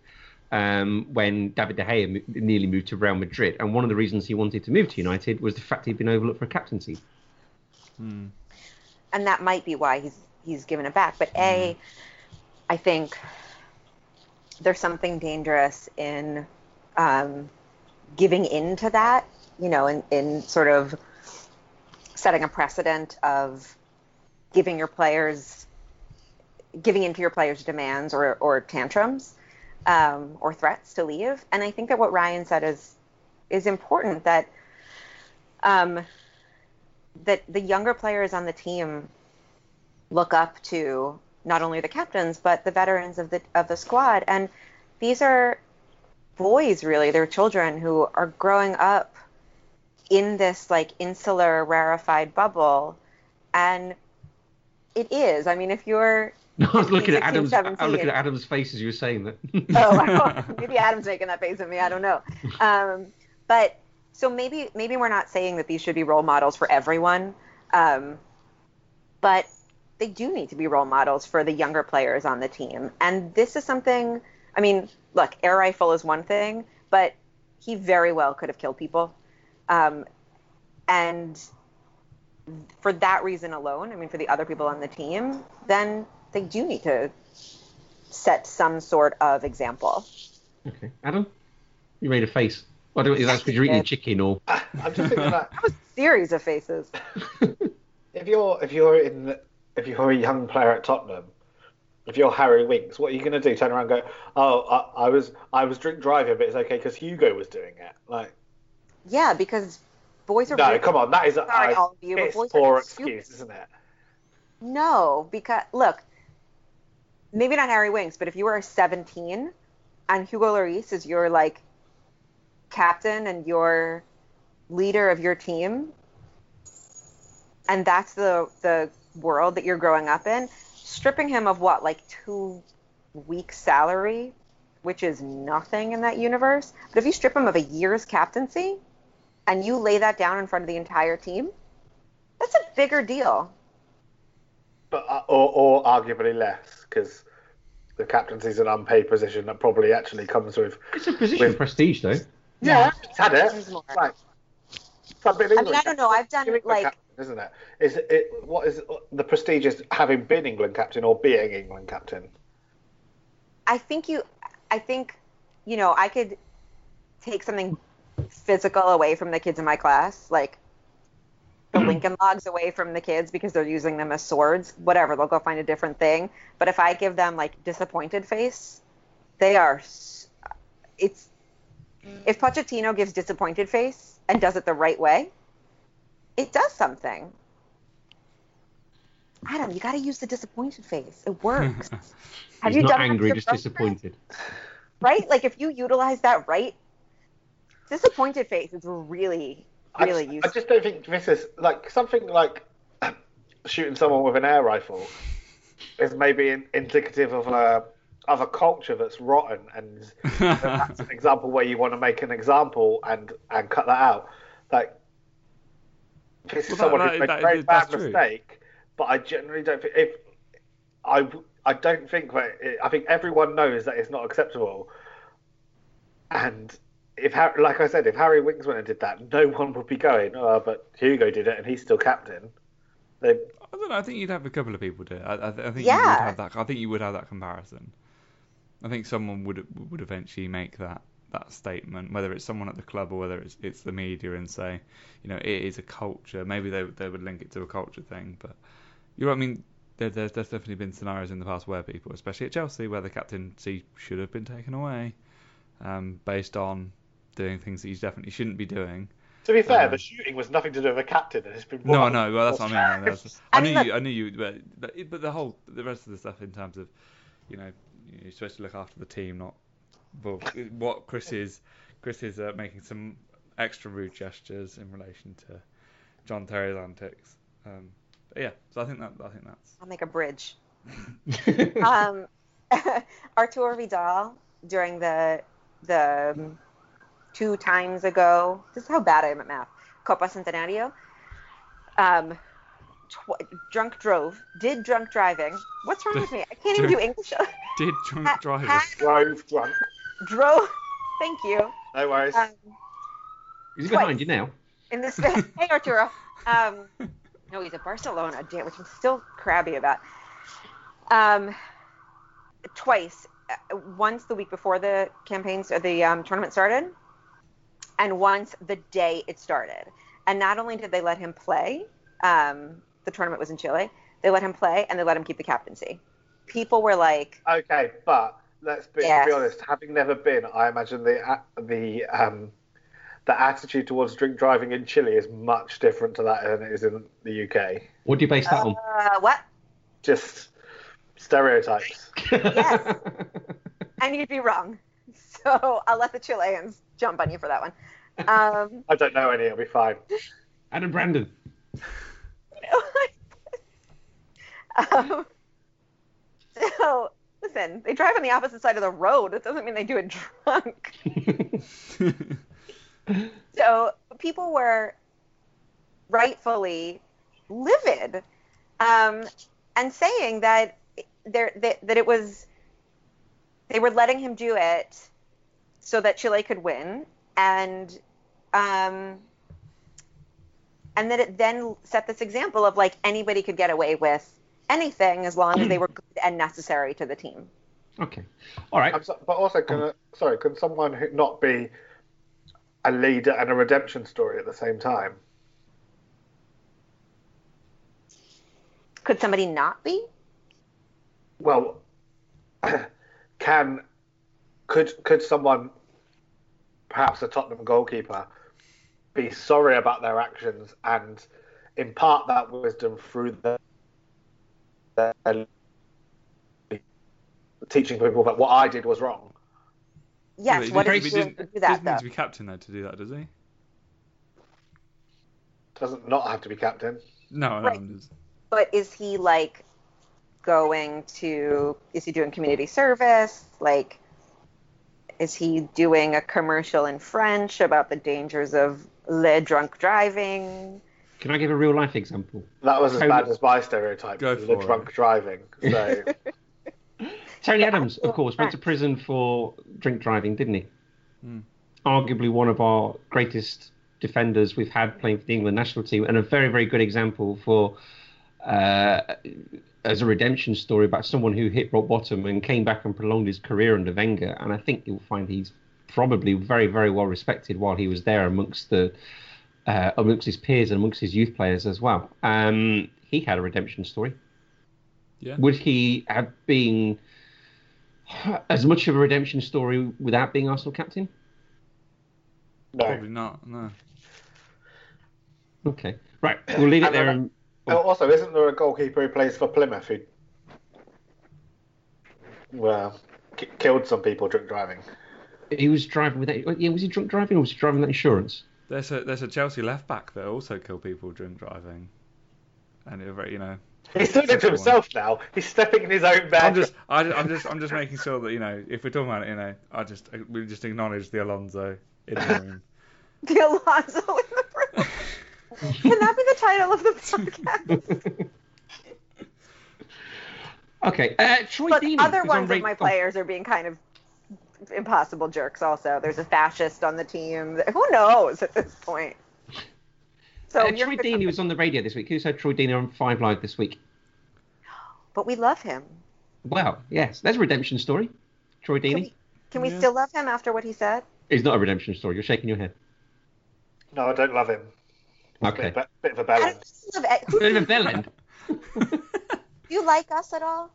Speaker 1: um, when David De Gea mo- nearly moved to Real Madrid. And one of the reasons he wanted to move to United was the fact he'd been overlooked for a captaincy.
Speaker 2: and that might be why he's he's given it back. But a, I think there's something dangerous in um, giving in to that, you know, in, in sort of setting a precedent of giving your players giving into your players' demands or, or tantrums um, or threats to leave. And I think that what Ryan said is is important that um, that the younger players on the team look up to not only the captains but the veterans of the of the squad and these are boys really they're children who are growing up in this like insular rarefied bubble and it is i mean if you're
Speaker 1: I was looking at
Speaker 2: 16,
Speaker 1: Adam's. I was looking
Speaker 2: 17.
Speaker 1: at Adam's face as you were saying that.
Speaker 2: oh, wow. maybe Adam's making that face at me. I don't know. Um, but so maybe maybe we're not saying that these should be role models for everyone, um, but they do need to be role models for the younger players on the team. And this is something. I mean, look, air rifle is one thing, but he very well could have killed people, um, and for that reason alone, I mean, for the other people on the team, then they do need to set some sort of example.
Speaker 1: okay, Adam, you made a face. Well, I don't. Is that because you're eating chicken or?
Speaker 3: Uh, I'm just thinking that
Speaker 2: Series of faces.
Speaker 3: if you're if you're in if you're a young player at Tottenham, if you're Harry Winks, what are you going to do? Turn around and go, oh, I, I was I was drink driving, but it's okay because Hugo was doing it. Like,
Speaker 2: Yeah, because boys are.
Speaker 3: no,
Speaker 2: really-
Speaker 3: come on, that is
Speaker 2: Sorry,
Speaker 3: a
Speaker 2: all of you, but
Speaker 3: piss
Speaker 2: boys are
Speaker 3: poor
Speaker 2: stupid.
Speaker 3: excuse, isn't it?
Speaker 2: No, because look, maybe not Harry Winks, but if you were 17 and Hugo Lloris is your like captain and your leader of your team, and that's the the world that you're growing up in, stripping him of what like two weeks salary, which is nothing in that universe. But if you strip him of a year's captaincy, and you lay that down in front of the entire team, that's a bigger deal.
Speaker 3: But uh, or, or arguably less because the captaincy is an unpaid position that probably actually comes with
Speaker 1: It's a position of
Speaker 3: With-
Speaker 1: prestige, though.
Speaker 3: yeah, it's had
Speaker 2: There's
Speaker 3: it.
Speaker 2: more.
Speaker 3: Like, it's like being England
Speaker 2: I mean, I don't know. I've done
Speaker 3: England
Speaker 2: like
Speaker 3: captain, isn't it? Is it what is the prestige is having been England captain or being England captain?
Speaker 2: I think you, I think, you know, I could take something physical away from the kids in my class, like the Lincoln logs away from the kids because they're using them as swords. Whatever, they'll go find a different thing. But if I give them like disappointed face, they are. s- It's if Pochettino gives disappointed face and does it the right way, it does something. Adam, you got to use the disappointed face. It works. Have
Speaker 1: He's not
Speaker 2: done that
Speaker 1: angry,
Speaker 2: to
Speaker 1: just
Speaker 2: your girlfriend?
Speaker 1: disappointed.
Speaker 2: right? Like if you utilize that right, disappointed face is really,
Speaker 3: I
Speaker 2: really
Speaker 3: just- I,
Speaker 2: useful.
Speaker 3: just don't think this is like something like shooting someone with an air rifle is maybe in, indicative of a of a culture that's rotten, and that's an example where you want to make an example and and cut that out. Like this
Speaker 4: Well,
Speaker 3: is
Speaker 4: that-
Speaker 3: someone
Speaker 4: that-
Speaker 3: who's made
Speaker 4: that-
Speaker 3: a very
Speaker 4: that's
Speaker 3: bad
Speaker 4: true.
Speaker 3: mistake, but I generally don't think if I w- I don't think that it, I think everyone knows that it's not acceptable, and if Har- like I said, if Harry Winks went and did that, no one would be going. Oh, but Hugo did it, and he's still captain. They,
Speaker 4: I don't know. I think you'd have a couple of people do. it. I, I, th- I think you would
Speaker 2: Yeah.
Speaker 4: have that. I think you would have that comparison. I think someone would would eventually make that that statement, whether it's someone at the club or whether it's it's the media, and say, you know, it is a culture. Maybe they they would link it to a culture thing, but you know, what I mean, there, there's there's definitely been scenarios in the past where people, especially at Chelsea, where the captaincy should have been taken away, um, based on doing things that you definitely shouldn't be doing.
Speaker 3: to be fair,
Speaker 4: Um,
Speaker 3: the shooting was nothing to do with a captain, and it's been
Speaker 4: No,
Speaker 3: brought
Speaker 4: no,
Speaker 3: up
Speaker 4: well, that's what I mean. That's, I,
Speaker 2: I mean,
Speaker 4: knew
Speaker 2: look-
Speaker 4: you, I knew you, but, but but the whole, the rest of the stuff in terms of, you know, you're supposed to look after the team, not well, what Chris is. Chris is uh, making some extra rude gestures in relation to John Terry's antics. Um, but yeah, so I think that I think that's
Speaker 2: I'll make a bridge. um, Arturo Vidal during the the um, two times ago. This is how bad I am at math. Copa Centenario. Um, tw- drunk drove, did drunk driving. What's wrong with me? I can't even do English.
Speaker 4: Did drunk
Speaker 2: Ha-
Speaker 4: drivers?
Speaker 2: ha-
Speaker 3: Drove drunk.
Speaker 2: drove. Thank you.
Speaker 3: No worries.
Speaker 2: Um,
Speaker 1: He's
Speaker 2: Twice.
Speaker 1: behind you now.
Speaker 2: in this hey Arturo. Um, no, he's at Barcelona, damn, which I'm still crabby about. Um, twice, Uh, once the week before the campaigns or the um, tournament started, and once the day it started. And not only did they let him play, um, the tournament was in Chile. They let him play and they let him keep the captaincy. People were like,
Speaker 3: Okay, but let's be,
Speaker 2: Yes.
Speaker 3: be honest. Having never been, I imagine the a- the um, the attitude towards drink driving in Chile is much different to that than it is in the UK.
Speaker 1: What do you base that on?
Speaker 2: uh, "What?"
Speaker 3: Just stereotypes.
Speaker 2: yes. And you'd be wrong. So I'll let the Chileans jump on you for that one. Um,
Speaker 3: I don't know any. It'll be fine.
Speaker 1: Adam Brandon.
Speaker 2: um, so listen, they drive on the opposite side of the road. It doesn't mean they do it drunk. So people were rightfully livid um, and saying that there that, that it was they were letting him do it so that Chile could win and um, and that it then set this example of like anybody could get away with anything as long as they were good and necessary to the team.
Speaker 1: okay. All right.
Speaker 3: I'm so, but also, can a, sorry, can someone who not be a leader and a redemption story at the same time?
Speaker 2: Could somebody not be?
Speaker 3: Well, can could could someone, perhaps a Tottenham goalkeeper, be sorry about their actions and impart that wisdom through the, the teaching people that what I did was wrong?
Speaker 2: Yes.
Speaker 4: Yeah,
Speaker 2: what
Speaker 4: he
Speaker 2: is
Speaker 4: doesn't-
Speaker 2: doing
Speaker 4: he
Speaker 2: to do that
Speaker 4: doesn't need
Speaker 2: though?
Speaker 4: to be captain though to do that, does he?
Speaker 3: Doesn't not have to be captain.
Speaker 4: No, um, no.
Speaker 2: Right.
Speaker 4: I'm just-
Speaker 2: But is he like going to? Is he doing community service? Like, is he doing a commercial in French about the dangers of le drunk driving?
Speaker 1: Can I give a real life example?
Speaker 3: That was as
Speaker 1: How-
Speaker 3: bad as my stereotype.
Speaker 4: Go
Speaker 3: the
Speaker 4: for it.
Speaker 3: drunk driving. So
Speaker 1: Tony Adams, of course, went to prison for drink driving, didn't he?
Speaker 4: Hmm.
Speaker 1: Arguably one of our greatest defenders we've had playing for the England national team, and a very, very good example for uh, as a redemption story about someone who hit rock bottom and came back and prolonged his career under Wenger. And I think you'll find he's probably very, very well respected while he was there amongst the uh, amongst his peers and amongst his youth players as well. Um, he had a redemption story.
Speaker 4: Yeah.
Speaker 1: Would he have been as much of a redemption story without being Arsenal captain?
Speaker 3: no.
Speaker 4: Probably not. No.
Speaker 1: Okay, right. We'll leave it there. And
Speaker 3: Oh, also, isn't there a goalkeeper who plays for Plymouth who, well, k- killed some people drink driving?
Speaker 1: he was driving with that. oh, Yeah, was he drunk driving or was he driving that insurance?
Speaker 4: There's a there's a Chelsea left back that also killed people drink driving, and it, very- you know.
Speaker 3: He's doing it to
Speaker 4: That's
Speaker 3: himself now. He's stepping in his own bed.
Speaker 4: I'm just, I, am just, I'm just making sure that you know, if we're talking about it, you know, I just, we just acknowledge the Alonso in the room.
Speaker 2: The Alonso in the room. Can that be the title of the podcast?
Speaker 1: Okay, uh, Troy
Speaker 2: Look,
Speaker 1: Deeney
Speaker 2: other
Speaker 1: was on
Speaker 2: ones of
Speaker 1: Ra-
Speaker 2: my
Speaker 1: oh,
Speaker 2: players are being kind of impossible jerks. Also, there's a fascist on the team. Who knows at this point? So
Speaker 1: uh,
Speaker 2: you're
Speaker 1: Troy
Speaker 2: good
Speaker 1: Deeney was on the radio this week. Who saw Troy Deeney on Five Live this week?
Speaker 2: But we love him.
Speaker 1: Well, yes, there's a redemption story. Troy
Speaker 2: Can
Speaker 1: Deeney
Speaker 2: we, can we
Speaker 4: Yeah.
Speaker 2: still love him after what he said?
Speaker 1: is not a redemption story. You're shaking your head.
Speaker 3: No, I don't love him.
Speaker 1: Okay.
Speaker 3: Bit, of a- bit of a
Speaker 2: I
Speaker 3: balance.
Speaker 2: don't love who,
Speaker 1: Bit
Speaker 2: do
Speaker 1: of a villain.
Speaker 2: you like us at all?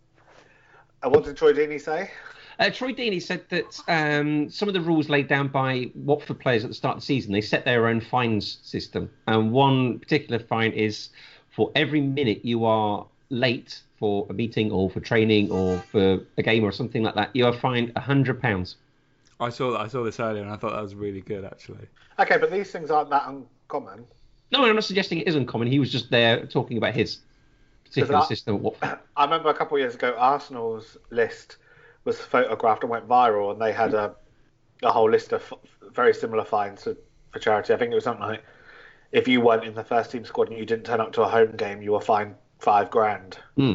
Speaker 3: And what did Troy Deeney say?
Speaker 1: Uh, Troy Deeney said that um, some of the rules laid down by Watford players at the start of the season, they set their own fines system. And one particular fine is for every minute you are late for a meeting or for training or for a game or something like that, you are fined £100.
Speaker 4: I saw that, I saw this earlier, and I thought that was really good actually.
Speaker 3: Okay, but these things aren't that uncommon.
Speaker 1: No, I'm not suggesting it is uncommon. He was just there talking about his particular
Speaker 3: that-
Speaker 1: system at Watford.
Speaker 3: I remember a couple of years ago, Arsenal's list was photographed and went viral, and they had a a whole list of f- very similar fines for, for charity. I think it was something like if you weren't in the first team squad and you didn't turn up to a home game, you were fined five grand.
Speaker 1: Hmm.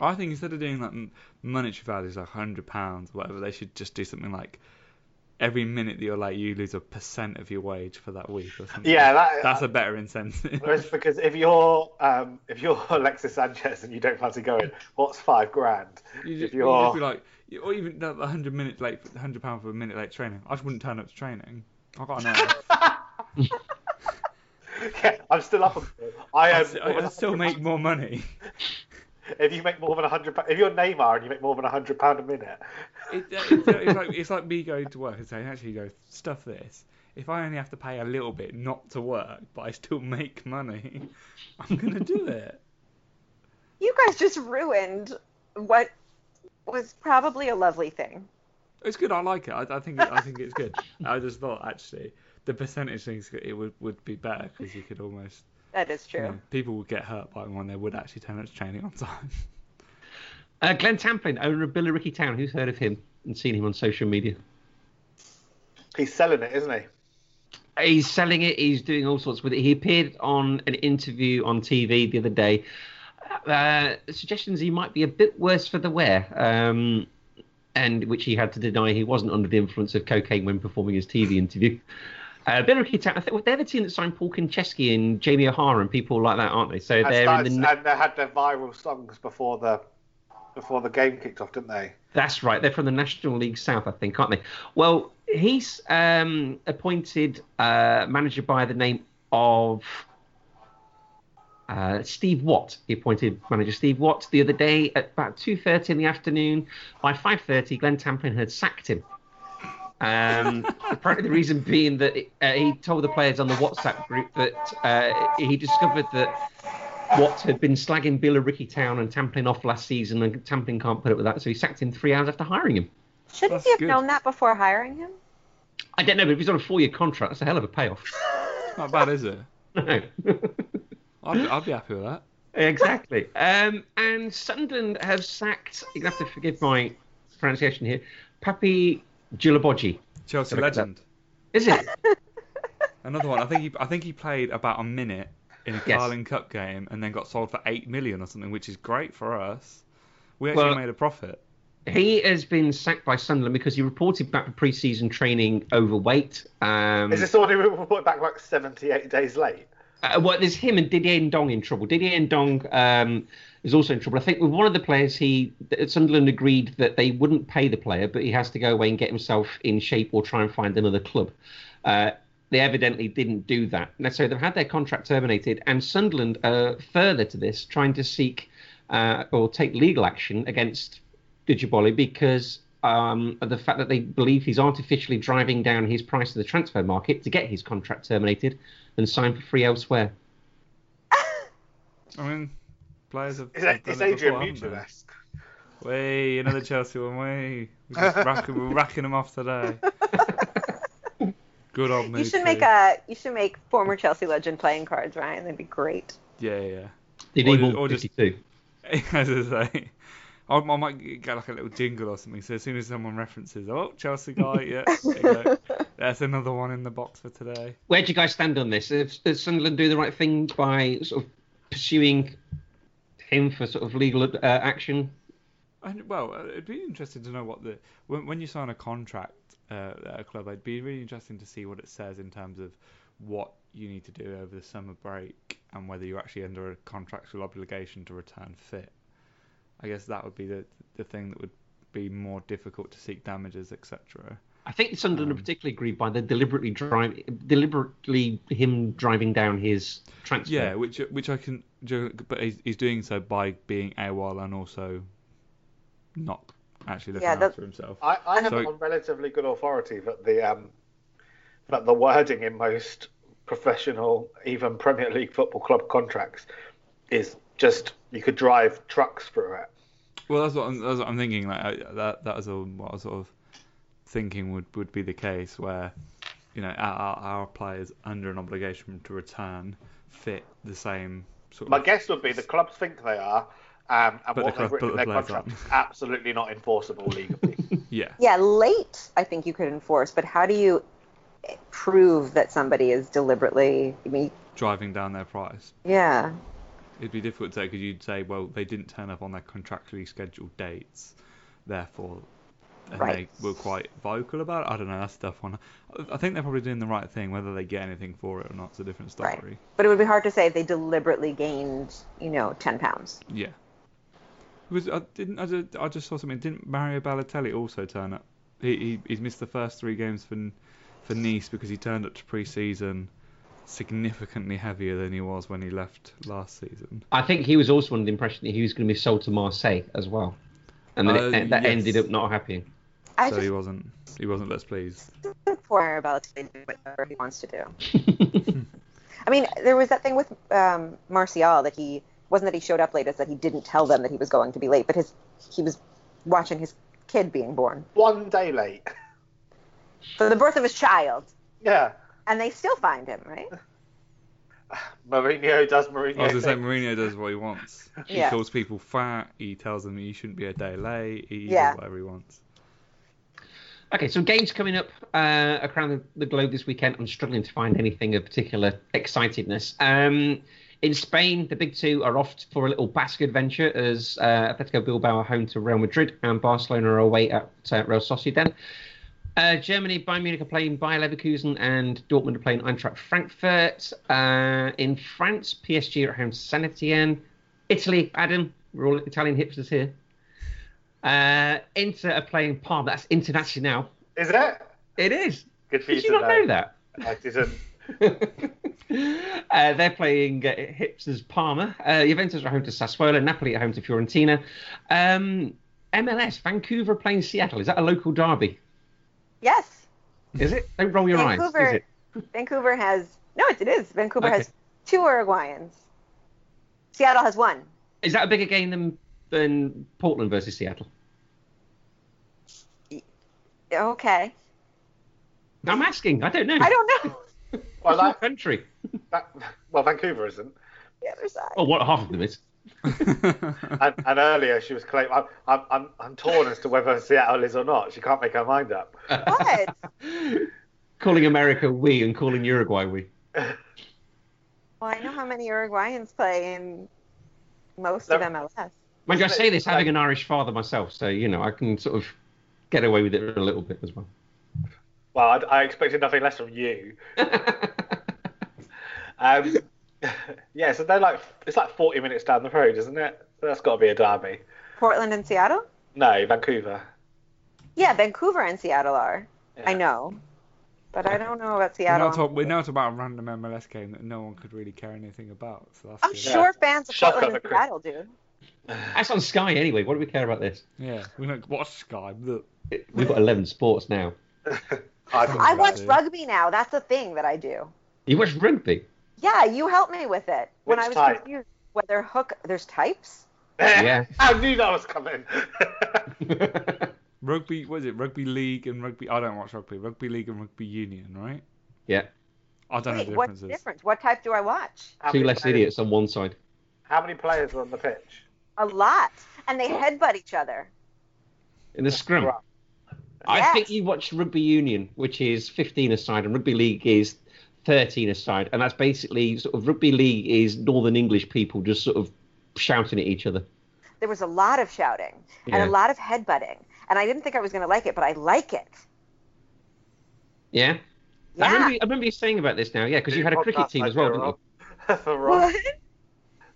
Speaker 4: I think instead of doing like m- monetary values like hundred pounds or whatever, they should just do something like every minute that you're late, you lose a percent of your wage for that week or something.
Speaker 3: Yeah, that-
Speaker 4: that's a better incentive.
Speaker 3: Whereas because if you're um, if you're Alexis Sanchez and you don't fancy going, what's five grand?
Speaker 4: You
Speaker 3: if
Speaker 4: just, you
Speaker 3: you're
Speaker 4: just be like, you- or even the hundred minute late, hundred pound for a minute late training. I just wouldn't turn up to training. I got an hour.
Speaker 3: yeah, I'm still up. On, I
Speaker 4: I
Speaker 3: am.
Speaker 4: still, I still make more money.
Speaker 3: If you make more than a hundred, if you're Neymar and you make more than a hundred pound a minute,
Speaker 4: It, it's, it's like, it's like me going to work and saying, actually, you know, stuff this. If I only have to pay a little bit not to work, but I still make money, I'm gonna do it.
Speaker 2: You guys just ruined what was probably a lovely thing.
Speaker 4: It's good. I like it. I, I think I think it's good. I just thought actually the percentage things it would would be better because you could almost
Speaker 2: That is
Speaker 4: you
Speaker 2: true.
Speaker 4: know, people would get hurt by one. They would actually turn up to training on time.
Speaker 1: Uh, Glenn Tamplin, owner of Billericay Town. Who's heard of him and seen him on social media?
Speaker 3: he's selling it, isn't he?
Speaker 1: He's selling it. He's doing all sorts with it. He appeared on an interview on TV the other day. Uh, suggestions he might be a bit worse for the wear, um, and which he had to deny he wasn't under the influence of cocaine when performing his TV interview. Uh, Billericay Town, I think well, they're the team that signed Paul Kincheski and Jamie O'Hara and people like that, aren't they? So
Speaker 3: And,
Speaker 1: they're
Speaker 3: starts-
Speaker 1: in the.
Speaker 3: and they had their viral songs before the before the game kicked off, didn't they?
Speaker 4: Hmm.
Speaker 1: That's right. They're from the National League South, I think, aren't they? Well, he's um, appointed uh, manager by the name of uh, Steve Watt. He appointed manager Steve Watt the other day at about two thirty in the afternoon. By five thirty, Glenn Tamplin had sacked him. Um, apparently, the reason being that uh, he told the players on the WhatsApp group that uh, he discovered that Watt had been slagging Billericay Town and Tamplin off last season, and Tamplin can't put up with that, so he sacked him three hours after hiring him.
Speaker 2: Shouldn't
Speaker 4: That's
Speaker 2: you have
Speaker 4: good.
Speaker 2: known that before hiring him?
Speaker 1: I don't know, but if he's on a four-year contract, that's a hell of a payoff.
Speaker 4: Not bad, is it?
Speaker 1: No.
Speaker 4: I'd, be- I'd be happy with that.
Speaker 1: exactly. Um, and Sunderland have sacked. You're gonna have to forgive my pronunciation here. Papi Gilibogi.
Speaker 4: Chelsea
Speaker 1: Look at that.
Speaker 4: legend.
Speaker 1: Is it?
Speaker 4: Another one. I think he I think he played about a minute in a
Speaker 1: Yes.
Speaker 4: Carling Cup game and then got sold for eight million or something, which is great for us. We actually
Speaker 1: Well-
Speaker 4: made a profit.
Speaker 1: he has been sacked by Sunderland because he reported back for pre-season training overweight. Um,
Speaker 3: Is this the one who reported back like seventy-eight days late?
Speaker 1: Uh, well, there's him and Didier Ndong in trouble. Didier Ndong um, is also in trouble. I think with one of the players, he that Sunderland agreed that they wouldn't pay the player, but he has to go away and get himself in shape or try and find another club. Uh, they evidently didn't do that, and so they've had their contract terminated. And Sunderland, uh, further to this, trying to seek uh, or take legal action against Dijiboli because um, of the fact that they believe he's artificially driving down his price to the transfer market to get his contract terminated and sign for free elsewhere.
Speaker 4: I mean, players have.
Speaker 3: Is,
Speaker 4: have
Speaker 3: it,
Speaker 4: done
Speaker 3: is
Speaker 4: it
Speaker 3: Adrian
Speaker 4: before, haven't they?
Speaker 3: Mutu-esque?
Speaker 4: Way another Chelsea one. Way we're, just racking, we're racking them off today. Good old
Speaker 2: You should make
Speaker 4: Mutu.
Speaker 2: a you should make former Chelsea legend playing cards, Ryan. That'd be great.
Speaker 4: Yeah, yeah.
Speaker 1: They
Speaker 4: Or
Speaker 1: need
Speaker 4: ju-
Speaker 1: all
Speaker 4: or just-
Speaker 1: 52.
Speaker 4: As I say, I, I might get like a little jingle or something. So as soon as someone references, oh Chelsea guy, yeah, there you go. that's another one in the box for today.
Speaker 1: Where do you guys stand on this? If, does Sunderland do the right thing by sort of pursuing him for sort of legal uh, action?
Speaker 4: And well, uh, it'd be interesting to know what the when, when you sign a contract uh, at a club, it'd be really interesting to see what it says in terms of what you need to do over the summer break and whether you're actually under a contractual obligation to return fit. I guess that would be the the thing that would be more difficult to seek damages, etc.
Speaker 1: I think Sunderland are particularly aggrieved by the deliberately drive, deliberately him driving down his transfer.
Speaker 4: Yeah, which which I can, do- but he's, he's doing so by being AWOL and also not actually looking
Speaker 2: Yeah, that-
Speaker 4: after himself.
Speaker 3: I, I have
Speaker 4: So-
Speaker 3: on relatively good authority that the um, that the wording in most professional, even Premier League football club contracts, is just you could drive trucks through it.
Speaker 4: Well, that's what I'm, that's what I'm thinking. Like I, that, that was all, what I was sort of thinking would, would be the case where, you know, our, our, our players under an obligation to return fit the same sort
Speaker 3: My
Speaker 4: of.
Speaker 3: guess would be the clubs think they are, um, and
Speaker 4: Hmm. the
Speaker 3: what
Speaker 4: club-
Speaker 3: they've written in
Speaker 4: but the
Speaker 3: their
Speaker 4: players
Speaker 3: contract
Speaker 4: aren't.
Speaker 3: is absolutely not enforceable legally.
Speaker 4: Yeah.
Speaker 2: Yeah, late I think you could enforce, but how do you prove that somebody is deliberately. I mean,
Speaker 4: driving down their price.
Speaker 2: yeah,
Speaker 4: It'd be difficult to say because you'd say, well, they didn't turn up on their contractually scheduled dates, therefore, and
Speaker 2: Right.
Speaker 4: they were quite vocal about it. I don't know. That's stuff on. I think they're probably doing the right thing, whether they get anything for it or not. It's a different story.
Speaker 2: Right. but it would be hard to say they deliberately gained, you know, ten pounds.
Speaker 4: Yeah. It was I didn't I just, I just saw something. Didn't Mario Balotelli also turn up? He, he he's missed the first three games for N- for Nice because he turned up to pre-season significantly heavier than he was when he left last season.
Speaker 1: I think he was also under the impression that he was going to be sold to Marseille as well, and then
Speaker 4: Uh,
Speaker 1: it, e, that
Speaker 4: yes.
Speaker 1: ended up not happening.
Speaker 2: I
Speaker 4: so
Speaker 2: just
Speaker 4: he wasn't he wasn't let's please.
Speaker 2: poor Mario Balotelli do whatever he wants to do. I mean, there was that thing with um, Martial that he wasn't that he showed up late, it's that he didn't tell them that he was going to be late, but his he was watching his kid being born,
Speaker 3: One day late.
Speaker 2: so the birth of his child,
Speaker 3: Yeah.
Speaker 2: and they still find him, right?
Speaker 3: Mourinho does
Speaker 4: I was gonna
Speaker 3: Mourinho.
Speaker 4: say
Speaker 3: thing.
Speaker 4: Mourinho does what he wants. He
Speaker 2: Yeah.
Speaker 4: calls people fat. He tells them you shouldn't be a day late. He
Speaker 2: Yeah.
Speaker 4: does whatever he wants.
Speaker 1: Okay, so games coming up uh, around the, the globe this weekend. I'm struggling to find anything of particular excitedness. Um, in Spain, the big two are off for a little basket adventure as uh, Atletico Bilbao are home to Real Madrid and Barcelona are away at uh, Real Sociedad. Uh, Germany, Bayern Munich are playing Bayer Leverkusen and Dortmund are playing Eintracht Frankfurt. Uh, in France, PSG are at home to San Etienne. Italy, Adam, we're all Italian hipsters here. Uh, Inter are playing Palm. That's Internazionale.
Speaker 3: Is it?
Speaker 1: It is.
Speaker 3: Good for you
Speaker 1: Did you
Speaker 3: to
Speaker 1: not
Speaker 3: know.
Speaker 1: know that?
Speaker 3: I didn't.
Speaker 1: uh, they're playing uh, Hipsters Parma. Uh, Juventus are home to Sassuolo. Napoli at home to Fiorentina. Um, MLS, Vancouver playing Seattle. Is that a local derby?
Speaker 2: Yes,
Speaker 1: Is it? Don't roll your eyes. Is
Speaker 2: Vancouver.
Speaker 1: it?
Speaker 2: Vancouver has no, it, it is. Vancouver
Speaker 1: Okay.
Speaker 2: has two Uruguayans. Seattle has one.
Speaker 1: Is that a bigger game than than Portland versus Seattle?
Speaker 2: Okay,
Speaker 1: I'm asking. I don't know.
Speaker 2: I don't know.
Speaker 3: Well,
Speaker 1: It's your
Speaker 3: that,
Speaker 1: country.
Speaker 3: that, well, Vancouver isn't.
Speaker 2: the other side.
Speaker 1: Well, what half of them is.
Speaker 3: And, and earlier she was claiming, I'm, I'm, I'm, I'm torn as to whether Seattle is or not. She can't make her mind up.
Speaker 2: What?
Speaker 1: Calling America we and calling Uruguay we.
Speaker 2: Well, I know how many Uruguayans play in most of
Speaker 3: There-
Speaker 2: MLS.
Speaker 1: Mind you, I
Speaker 3: Isn't it-
Speaker 1: say this having
Speaker 3: like-
Speaker 1: an Irish father myself, so you know I can sort of get away with it a little bit as well.
Speaker 3: Well, I, I expected nothing less from you. Um, yeah, so they're like, it's like 40 minutes down the road, isn't it? So that's got to be a derby.
Speaker 2: Portland and Seattle?
Speaker 3: No, Vancouver.
Speaker 2: Yeah, Vancouver and Seattle are. I
Speaker 3: Yeah.
Speaker 2: know. But I don't know about
Speaker 4: We're
Speaker 2: Seattle.
Speaker 4: now, talk, we're now talking about a random MLS game that no one could really care anything about. So that's
Speaker 2: I'm
Speaker 4: good.
Speaker 3: Yeah.
Speaker 2: sure fans of
Speaker 3: Shocker,
Speaker 2: Portland and
Speaker 3: the cri-
Speaker 2: Seattle do.
Speaker 1: That's on Sky anyway. What do we care about this?
Speaker 4: Yeah, we don't watch Sky. Look,
Speaker 1: We've got eleven sports now.
Speaker 3: I,
Speaker 2: I watch
Speaker 4: do.
Speaker 2: rugby now. That's a thing that I do.
Speaker 1: You watch rugby?
Speaker 2: Yeah, you helped me with it when
Speaker 3: Which
Speaker 2: I was
Speaker 3: type?
Speaker 2: confused whether hook there's types.
Speaker 1: Yeah.
Speaker 3: I knew that was coming.
Speaker 4: rugby. What is it? Rugby league and rugby. I don't watch rugby. Rugby league and rugby union, right?
Speaker 1: yeah.
Speaker 4: I don't
Speaker 2: Wait,
Speaker 4: know the
Speaker 2: what's the
Speaker 4: differences.
Speaker 2: difference? What type do I watch?
Speaker 3: How
Speaker 1: Two
Speaker 3: many
Speaker 1: less
Speaker 3: players-
Speaker 1: idiots on one side.
Speaker 3: How many players are on the pitch?
Speaker 2: A lot. And they headbutt each other.
Speaker 1: In the scrum.
Speaker 3: Right.
Speaker 1: I
Speaker 2: Yes.
Speaker 1: think you watch rugby union, which is fifteen aside, and rugby league is thirteen aside, and that's basically sort of rugby league is Northern English people just sort of shouting at each other.
Speaker 2: There was a lot of shouting
Speaker 1: Yeah.
Speaker 2: and a lot of headbutting. And I didn't think I was going to like it, but I like it.
Speaker 1: Yeah.
Speaker 2: Yeah.
Speaker 1: I remember, you- I remember you saying about this now, yeah, because you had a cricket team as well, didn't you?
Speaker 3: For Rob.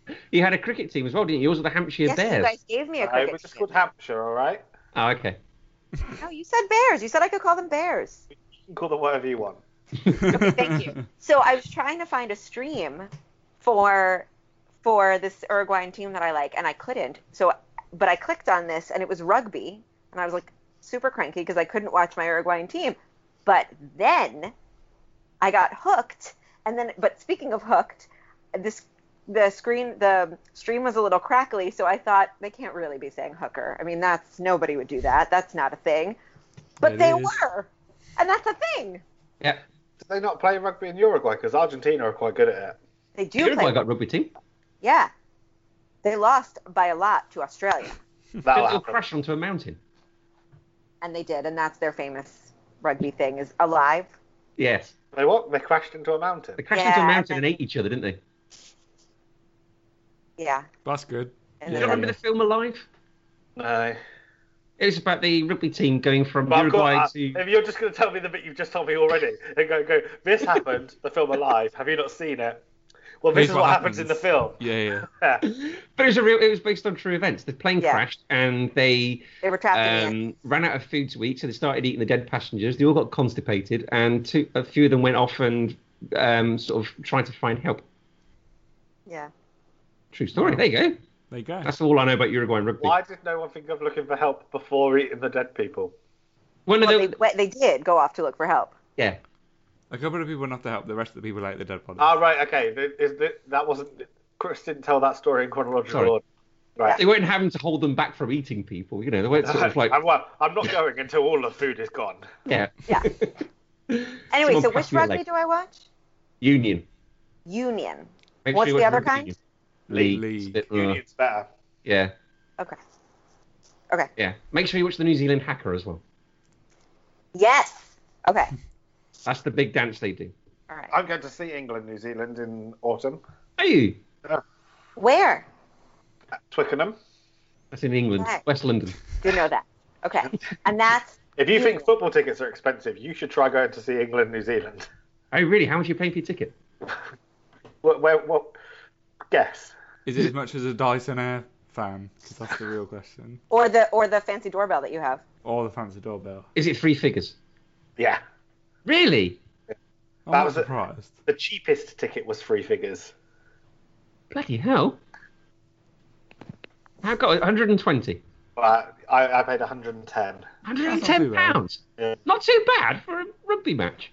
Speaker 2: What?
Speaker 1: You had a cricket team as well, didn't you? Yours were the Hampshire
Speaker 2: Yes, you
Speaker 1: Bears.
Speaker 2: guys gave me a
Speaker 3: No,
Speaker 2: cricket.
Speaker 3: we're just
Speaker 2: team.
Speaker 3: called Hampshire, all right?
Speaker 1: Oh, okay.
Speaker 2: No, you said bears. You said I could call them bears.
Speaker 3: You can call them whatever you want.
Speaker 2: Thank you. So I was trying to find a stream for for this Uruguayan team that I like, and I couldn't. So, but I clicked on this, and it was rugby, and I was like super cranky because I couldn't watch my Uruguayan team. But then I got hooked, and then but speaking of hooked, this the screen the stream was a little crackly, so I thought they can't really be saying hooker. I mean, that's nobody would do that. That's not a thing. But
Speaker 4: It
Speaker 2: they
Speaker 4: is.
Speaker 2: were, and that's a thing.
Speaker 1: Yeah.
Speaker 3: Do they not play rugby in Uruguay? Because Argentina are quite good at
Speaker 2: They do
Speaker 1: Uruguay
Speaker 2: play.
Speaker 1: got rugby team.
Speaker 2: Yeah. They lost by a lot to Australia.
Speaker 3: it.
Speaker 1: They
Speaker 3: That'll
Speaker 1: all
Speaker 3: happen.
Speaker 1: crash onto a mountain.
Speaker 2: And they did, and that's their famous rugby thing is alive.
Speaker 1: Yes.
Speaker 3: They what? They crashed into a mountain.
Speaker 1: They crashed into a
Speaker 2: Yeah,
Speaker 1: mountain
Speaker 2: and
Speaker 1: and ate each other, didn't they?
Speaker 2: Yeah.
Speaker 4: That's good.
Speaker 2: And
Speaker 1: Do
Speaker 4: Yeah.
Speaker 1: you remember the film Alive?
Speaker 3: No.
Speaker 1: It was about the rugby team going from
Speaker 3: But I've
Speaker 1: Uruguay
Speaker 3: got, uh,
Speaker 1: to.
Speaker 3: if you're just going to tell me the bit you've just told me already, and go, go, this happened, the film Alive. Have you not seen it? Well, this
Speaker 4: Here's
Speaker 3: is
Speaker 4: what
Speaker 3: what happens. in the
Speaker 4: happens.
Speaker 3: film.
Speaker 4: Yeah, yeah.
Speaker 3: Yeah.
Speaker 1: But it was a real. It was based on true events. The plane
Speaker 2: Yeah.
Speaker 1: crashed and they
Speaker 2: They were trapped in the
Speaker 1: um, ran out of food to eat, so they started eating the dead passengers. They all got constipated, and two, a few of them went off and um, sort of tried to find help.
Speaker 2: Yeah.
Speaker 1: True story. There you go.
Speaker 4: There you go.
Speaker 1: That's all I know about Uruguayan rugby.
Speaker 3: Why did no one think of looking for help before eating the dead people?
Speaker 1: One of
Speaker 2: Well,
Speaker 1: them.
Speaker 2: they, well, they did go off to look for help.
Speaker 1: Yeah.
Speaker 4: A couple of people not to help. The rest of the people ate the dead bodies.
Speaker 3: Ah, right, okay. Th- is th- that wasn't. Chris didn't tell that story in chronological
Speaker 1: Sorry.
Speaker 3: order. Right.
Speaker 1: They weren't having to hold them back from eating people. You know, they weren't sort of like.
Speaker 3: I'm, well, I'm not going until all the food is gone.
Speaker 1: Yeah.
Speaker 2: Yeah. Anyway,
Speaker 1: Someone
Speaker 2: so
Speaker 1: passed
Speaker 2: which
Speaker 1: me a
Speaker 2: rugby
Speaker 1: leg.
Speaker 2: do I watch?
Speaker 1: Union.
Speaker 2: Union.
Speaker 1: Make
Speaker 2: What's
Speaker 1: you
Speaker 2: the
Speaker 1: watch
Speaker 2: other
Speaker 1: rugby
Speaker 2: kind?
Speaker 1: union. League.
Speaker 4: League.
Speaker 1: It's a bit, uh,
Speaker 3: Union's better.
Speaker 1: yeah.
Speaker 2: Okay.
Speaker 1: Yeah. Make sure you watch the New Zealand Hacker as well.
Speaker 2: Yes. Okay.
Speaker 1: That's the big dance they do.
Speaker 2: All right.
Speaker 3: I'm going to see England, New Zealand in autumn.
Speaker 1: Are you?
Speaker 2: Where?
Speaker 3: At Twickenham.
Speaker 1: That's in England,
Speaker 2: Right.
Speaker 1: West London.
Speaker 2: Do you know that? Okay. And that's
Speaker 3: If you think football tickets are expensive, you should try going to see England, New Zealand.
Speaker 1: Oh, really? How much are you paying for your ticket?
Speaker 3: Where, where, what? Guess.
Speaker 4: Is it as much as a Dyson Air fan? Because that's the real question.
Speaker 2: or the or the fancy doorbell that you have.
Speaker 4: Or the fancy doorbell.
Speaker 1: Is it three figures?
Speaker 3: Yeah.
Speaker 1: Really?
Speaker 4: I'm
Speaker 3: That
Speaker 4: not
Speaker 3: was it.
Speaker 4: surprised.
Speaker 3: The cheapest ticket was three figures.
Speaker 1: Bloody hell. I've got 120.
Speaker 3: But I, I paid 110.
Speaker 4: That's not
Speaker 1: 110
Speaker 4: too bad.
Speaker 1: pounds.
Speaker 3: Yeah.
Speaker 1: Not too bad for a rugby match.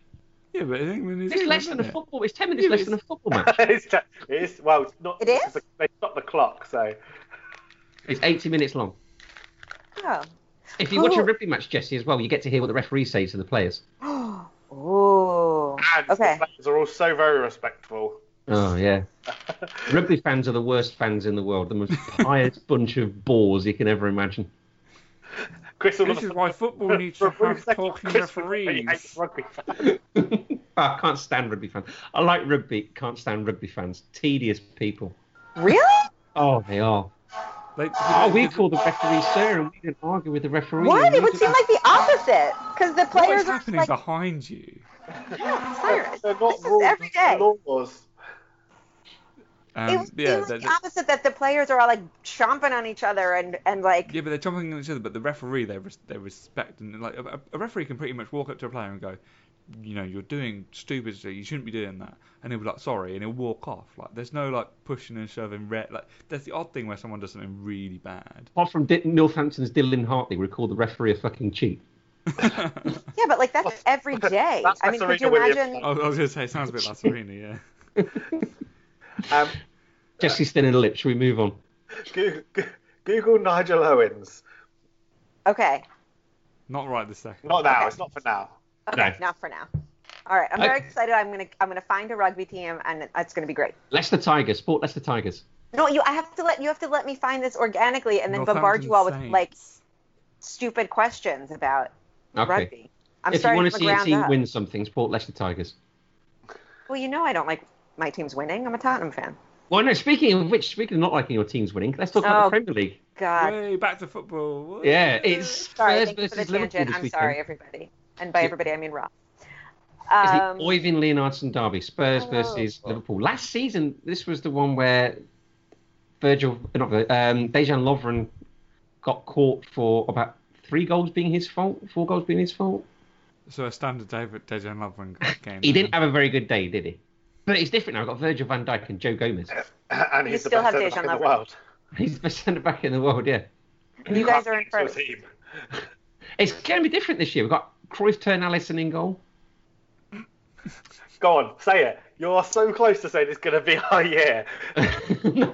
Speaker 4: Yeah, but I think when
Speaker 1: It's less than a football. It's 10 minutes less than a football match.
Speaker 3: it's, te- it is, well, it's not.
Speaker 2: It is?
Speaker 3: They stopped the clock, so.
Speaker 1: It's 80 minutes long.
Speaker 2: Oh.
Speaker 1: If you watch a
Speaker 2: Cool.
Speaker 1: rugby match, Jesse, as well, you get to hear what the referee says to the players.
Speaker 2: Ooh.
Speaker 3: And
Speaker 2: Okay.
Speaker 3: the players are all so very respectful.
Speaker 1: Oh yeah. Rugby fans are the worst fans in the world. The most pious bunch of bores you can ever imagine.
Speaker 3: Chris will
Speaker 4: This is why football needs to have talking referees.
Speaker 1: I can't stand rugby fans. I like rugby, can't stand rugby fans. Tedious people.
Speaker 2: Really?
Speaker 1: Oh, they are.
Speaker 4: They,
Speaker 1: Oh, we call the referee sir, and we didn't argue with the referee.
Speaker 2: What?
Speaker 1: and
Speaker 2: It
Speaker 1: we
Speaker 2: would
Speaker 1: did-
Speaker 2: seem like the opposite, because the
Speaker 4: What is
Speaker 2: players are
Speaker 4: happening
Speaker 2: like
Speaker 4: behind you?
Speaker 2: pirates.
Speaker 3: They're
Speaker 2: This
Speaker 3: not
Speaker 2: is
Speaker 3: rules,
Speaker 2: every day.
Speaker 3: they're laws.
Speaker 2: It would
Speaker 4: Um, yeah,
Speaker 2: seem
Speaker 4: they're-
Speaker 2: like the opposite that the players are all like chomping on each other and and like
Speaker 4: yeah, but they're jumping on each other. But the referee, they res- they respect and like a, a referee can pretty much walk up to a player and go, you know, you're doing stupid shit. You shouldn't be doing that. And he'll be like, sorry, and he'll walk off. Like there's no like pushing and shoving. Re- like there's the odd thing where someone does something really bad.
Speaker 1: Apart from Di- Northampton's Dylan Hartley, we call the referee a fucking cheat.
Speaker 2: yeah, but like that's every day.
Speaker 3: That's
Speaker 2: I mean, could
Speaker 3: Serena
Speaker 2: you
Speaker 3: Williams.
Speaker 2: imagine?
Speaker 4: I was, I was gonna say it sounds a bit like Serena, yeah.
Speaker 3: Um,
Speaker 1: Jesse's thinning the lip. Should we move on?
Speaker 3: Google, Google Nigel Owens.
Speaker 2: Okay.
Speaker 4: Not right this second.
Speaker 3: Not now.
Speaker 2: Okay.
Speaker 3: It's not for now.
Speaker 2: Okay.
Speaker 1: No.
Speaker 2: Not for now. All right. I'm very
Speaker 1: Okay.
Speaker 2: excited. I'm gonna I'm gonna find a rugby team and it's gonna be great.
Speaker 1: Leicester Tigers, Sport Leicester Tigers.
Speaker 2: No, you. I have to let you have to let me find this organically and then bombard
Speaker 4: Northampton
Speaker 2: you all with
Speaker 4: Saints.
Speaker 2: like s- stupid questions about
Speaker 1: Okay.
Speaker 2: rugby. I'm
Speaker 1: if you
Speaker 2: starting
Speaker 1: want to
Speaker 2: from
Speaker 1: see
Speaker 2: the
Speaker 1: a
Speaker 2: ground
Speaker 1: team
Speaker 2: up.
Speaker 1: win something, Sport Leicester Tigers.
Speaker 2: Well, you know I don't like my team's winning. I'm a Tottenham fan.
Speaker 1: Well, no. Speaking of which, speaking of not liking your team's winning, let's talk about
Speaker 2: Oh.
Speaker 1: the Premier League.
Speaker 2: God.
Speaker 4: Way back to football.
Speaker 1: Yeah, it's
Speaker 2: Mm-hmm. Sorry,
Speaker 1: Spurs
Speaker 2: thank you for the
Speaker 1: versus Liverpool
Speaker 2: tangent.
Speaker 1: this
Speaker 2: I'm
Speaker 1: weekend.
Speaker 2: sorry, everybody. And by
Speaker 1: Yeah.
Speaker 2: everybody, I mean Ross.
Speaker 1: It's
Speaker 2: Um,
Speaker 1: the Oyvind Leonardson derby, Spurs
Speaker 2: Oh.
Speaker 1: versus Liverpool. Last season, this was the one where Virgil, not Virgil, um, Dejan Lovren got caught for about three goals being his fault, four goals being his fault.
Speaker 4: So a standard David Dejan Lovren game.
Speaker 1: He didn't have a very good day, did he? But it's different now. I've got Virgil van Dijk and Joe Gomez.
Speaker 3: And
Speaker 2: You
Speaker 3: he's the
Speaker 2: still
Speaker 3: best
Speaker 2: have
Speaker 3: centre back
Speaker 2: Dejan
Speaker 3: in the
Speaker 2: Lovren.
Speaker 3: world.
Speaker 1: He's the best centre back in the world, yeah.
Speaker 2: you guys are in
Speaker 3: Your
Speaker 2: first.
Speaker 3: team.
Speaker 1: It's going to be different this year. We've got Cruyff, Turn, Allison in goal.
Speaker 3: Go on, say it. You're so close to saying it's going to be our year.
Speaker 1: no,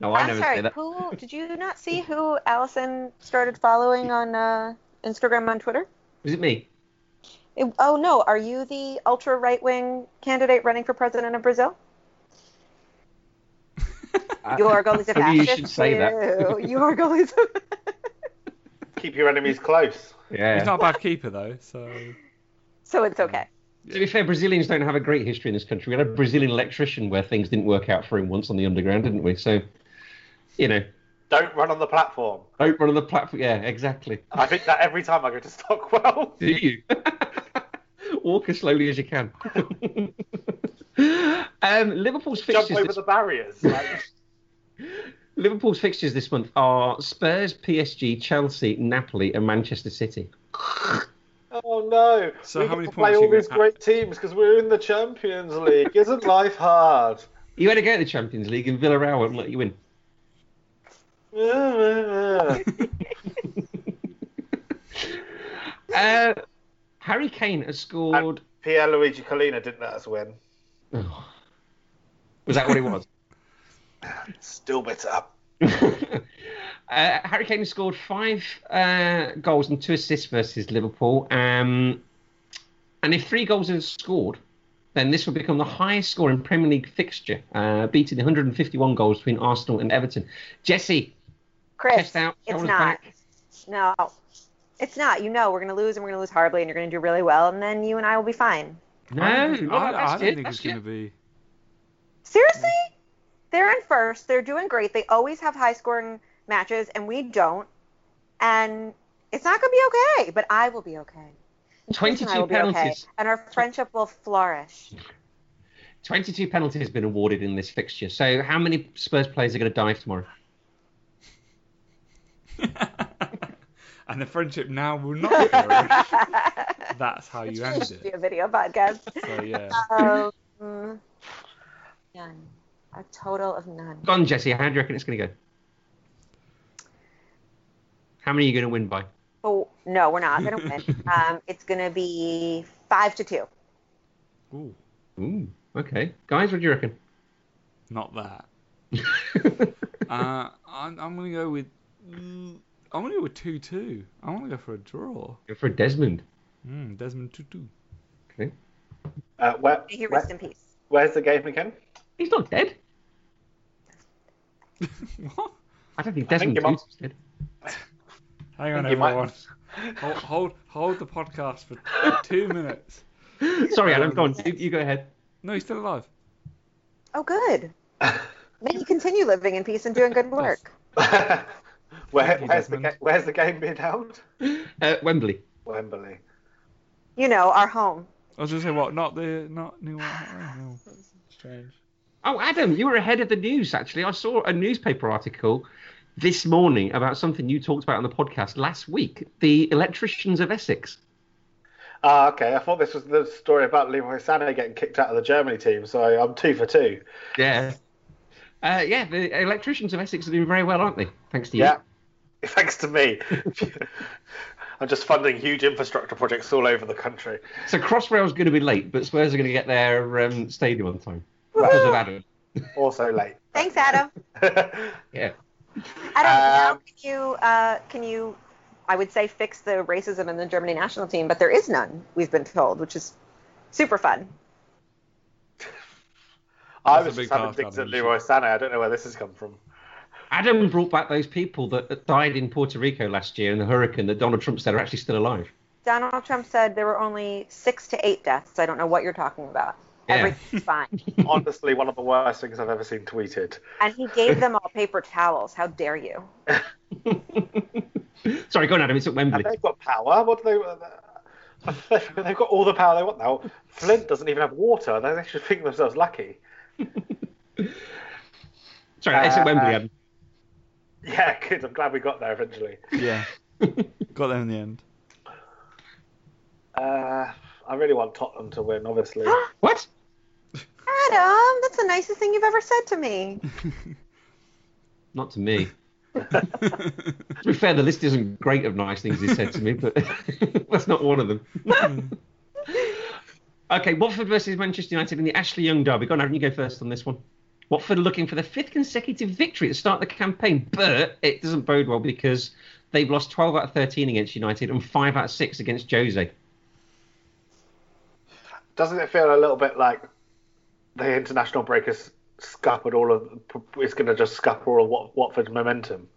Speaker 1: no, I
Speaker 2: I'm
Speaker 1: never say
Speaker 2: sorry.
Speaker 1: that.
Speaker 2: Who did you not see? Who Allison started following on uh, Instagram on Twitter?
Speaker 1: Was it me?
Speaker 2: It- oh no, are you the ultra right wing candidate running for president of Brazil? Yorgo Lizavastis.
Speaker 1: Maybe you should say that.
Speaker 2: Yorgo Lizavastis.
Speaker 3: Keep your enemies close.
Speaker 1: Yeah.
Speaker 4: He's not a bad keeper though, so
Speaker 1: Mm.
Speaker 2: So it's okay.
Speaker 1: To be fair, Brazilians don't have a great history in this country. We had a Brazilian electrician where things didn't work out for him once on the underground, didn't we? So, you know,
Speaker 3: Don't run on the platform.
Speaker 1: don't run on the platform. Yeah, exactly.
Speaker 3: I think that every time I go to Stockwell.
Speaker 1: Do you? Walk as slowly as you can. um, Liverpool's fixtures.
Speaker 3: jump over
Speaker 1: this-
Speaker 3: the barriers. Like,
Speaker 1: Liverpool's fixtures this month are Spurs, PSG, Chelsea, Napoli, and Manchester City.
Speaker 3: oh no!
Speaker 4: So
Speaker 3: we
Speaker 4: how
Speaker 3: get
Speaker 4: many points
Speaker 3: to play
Speaker 4: you
Speaker 3: all
Speaker 4: gonna
Speaker 3: these
Speaker 4: have?
Speaker 3: great teams because we're in the Champions League. Isn't life hard?
Speaker 1: You had to go to the Champions League, and Villarreal won't let you in. Uh, Harry Kane has scored.
Speaker 3: Pierluigi Colina didn't let us win.
Speaker 1: Oh. Was that what it was?
Speaker 3: Still bitter.
Speaker 1: uh, Harry Kane has scored five uh, goals and two assists versus Liverpool. Um, and if three goals are scored, then this will become the highest scoring Premier League fixture, uh, beating the 151 goals between Arsenal and Everton. Jesse,
Speaker 2: Chris,
Speaker 1: Chest out,
Speaker 2: it's
Speaker 1: shoulders
Speaker 2: not.
Speaker 1: back.
Speaker 2: No, it's not. You know we're gonna lose, and we're gonna lose horribly, and you're gonna do really well, and then you and I will be fine.
Speaker 1: No,
Speaker 4: I don't, think-
Speaker 1: no,
Speaker 4: I, I
Speaker 1: that's
Speaker 4: don't
Speaker 1: it,
Speaker 4: think it's
Speaker 1: that's
Speaker 4: going
Speaker 1: it.
Speaker 4: to be.
Speaker 2: Seriously?
Speaker 1: Mm-hmm.
Speaker 2: They're in first. They're doing great. They always have high scoring matches, and we don't. And it's not going to be okay, but I will be okay. Chris and I
Speaker 1: 22
Speaker 2: will be okay,
Speaker 1: penalties.
Speaker 2: and our friendship will flourish.
Speaker 1: 22 penalties have been awarded in this fixture. So, how many Spurs players are going to dive tomorrow?
Speaker 4: and the friendship now will not flourish. That's how you end
Speaker 2: Just do
Speaker 4: it.
Speaker 2: a video podcast.
Speaker 4: So yeah,
Speaker 2: Um, none. A total of none.
Speaker 1: Go on, Jesse. How do you reckon it's going to go? How many are you going to win by?
Speaker 2: Oh, no, we're not going to win. um, it's going to be five to two.
Speaker 4: Ooh,
Speaker 1: Ooh, okay. Guys, what do you reckon?
Speaker 4: not that. Uh, I'm, I'm gonna go with. I'm gonna go with two two. I want to go for a draw.
Speaker 1: Go for Desmond.
Speaker 4: Mm, Desmond two two.
Speaker 1: Okay.
Speaker 3: Uh, where,
Speaker 2: May he
Speaker 3: where-
Speaker 2: rest in peace.
Speaker 3: where's the game again?
Speaker 1: He's not dead.
Speaker 4: what?
Speaker 1: I don't think
Speaker 3: I think
Speaker 1: Desmond
Speaker 3: he might-
Speaker 1: Tutu's dead.
Speaker 4: Hang on,
Speaker 3: think you might-
Speaker 4: everyone. Hold, hold hold the podcast for two minutes.
Speaker 1: Sorry, Adam. Go on. You, you go ahead.
Speaker 4: No, he's still alive.
Speaker 2: Oh, good. May you continue living in peace and doing good work.
Speaker 3: Where,
Speaker 4: you,
Speaker 3: where's, the
Speaker 4: Desmond.
Speaker 3: ga- where's the game being held?
Speaker 1: Uh, Wembley.
Speaker 3: Wembley.
Speaker 2: You know, our home.
Speaker 4: I was gonna say what? Not the not new one. Oh, no. Strange.
Speaker 1: Oh, Adam, you were ahead of the news, actually. I saw a newspaper article this morning about something you talked about on the podcast last week the electricians of Essex.
Speaker 3: Ah, okay. I thought this was the story about Leroy Sané getting kicked out of the Germany team, so I'm two for two.
Speaker 1: Yeah. Uh, yeah, the electricians of Essex are doing very well, aren't they? Thanks to you.
Speaker 3: Yeah. Thanks to me. I'm just funding huge infrastructure projects all over the country.
Speaker 1: So Crossrail's going to be late, but Spurs are going to get their um, stadium on time because of Adam.
Speaker 3: Also late.
Speaker 2: Thanks, Adam.
Speaker 1: Yeah.
Speaker 2: Adam, now
Speaker 3: Um,
Speaker 2: can you uh, can you I would say fix the racism in the Germany national team, but there is none, we've been told, which is super fun.
Speaker 3: I
Speaker 4: That's
Speaker 3: was
Speaker 4: a big
Speaker 3: just having
Speaker 4: task,
Speaker 3: digs at
Speaker 4: Adam.
Speaker 3: Leroy Sané. I don't know where this has come from.
Speaker 1: Adam brought back those people that died in Puerto Rico last year in the hurricane that Donald Trump said are actually still alive.
Speaker 2: Donald Trump said there were only six to eight deaths. I don't know what you're talking about.
Speaker 1: Yeah.
Speaker 2: Everything's fine.
Speaker 3: Honestly, one of the worst things I've ever seen tweeted.
Speaker 2: And he gave them all paper towels. How dare you?
Speaker 1: Sorry, go on, Adam. It's at Wembley.
Speaker 3: And they've got power. What do they? uh, they've got all the power they want now. Flint doesn't even have water. They should think themselves lucky.
Speaker 1: Sorry, it's at
Speaker 3: Uh,
Speaker 1: Wembley, Adam.
Speaker 3: Yeah, good. I'm glad we got there eventually.
Speaker 4: Yeah. Got there in the end.
Speaker 3: Uh, I really want Tottenham to win, obviously.
Speaker 1: What?
Speaker 2: Adam, that's the nicest thing you've ever said to me.
Speaker 1: Not to me. To be fair, the list isn't great of nice things he said to me, but that's not one of them. okay, Watford versus Manchester United in the Ashley Young derby. Go on, Aaron, you go first on this one. Watford are looking for their fifth consecutive victory to start the campaign, but it doesn't bode well because they've lost 12 out of 13 against United and 5 out of 6 against Jose.
Speaker 3: Doesn't it feel a little bit like the international break has scuppered all of? It's going to just scupper all of Wat- Watford's momentum.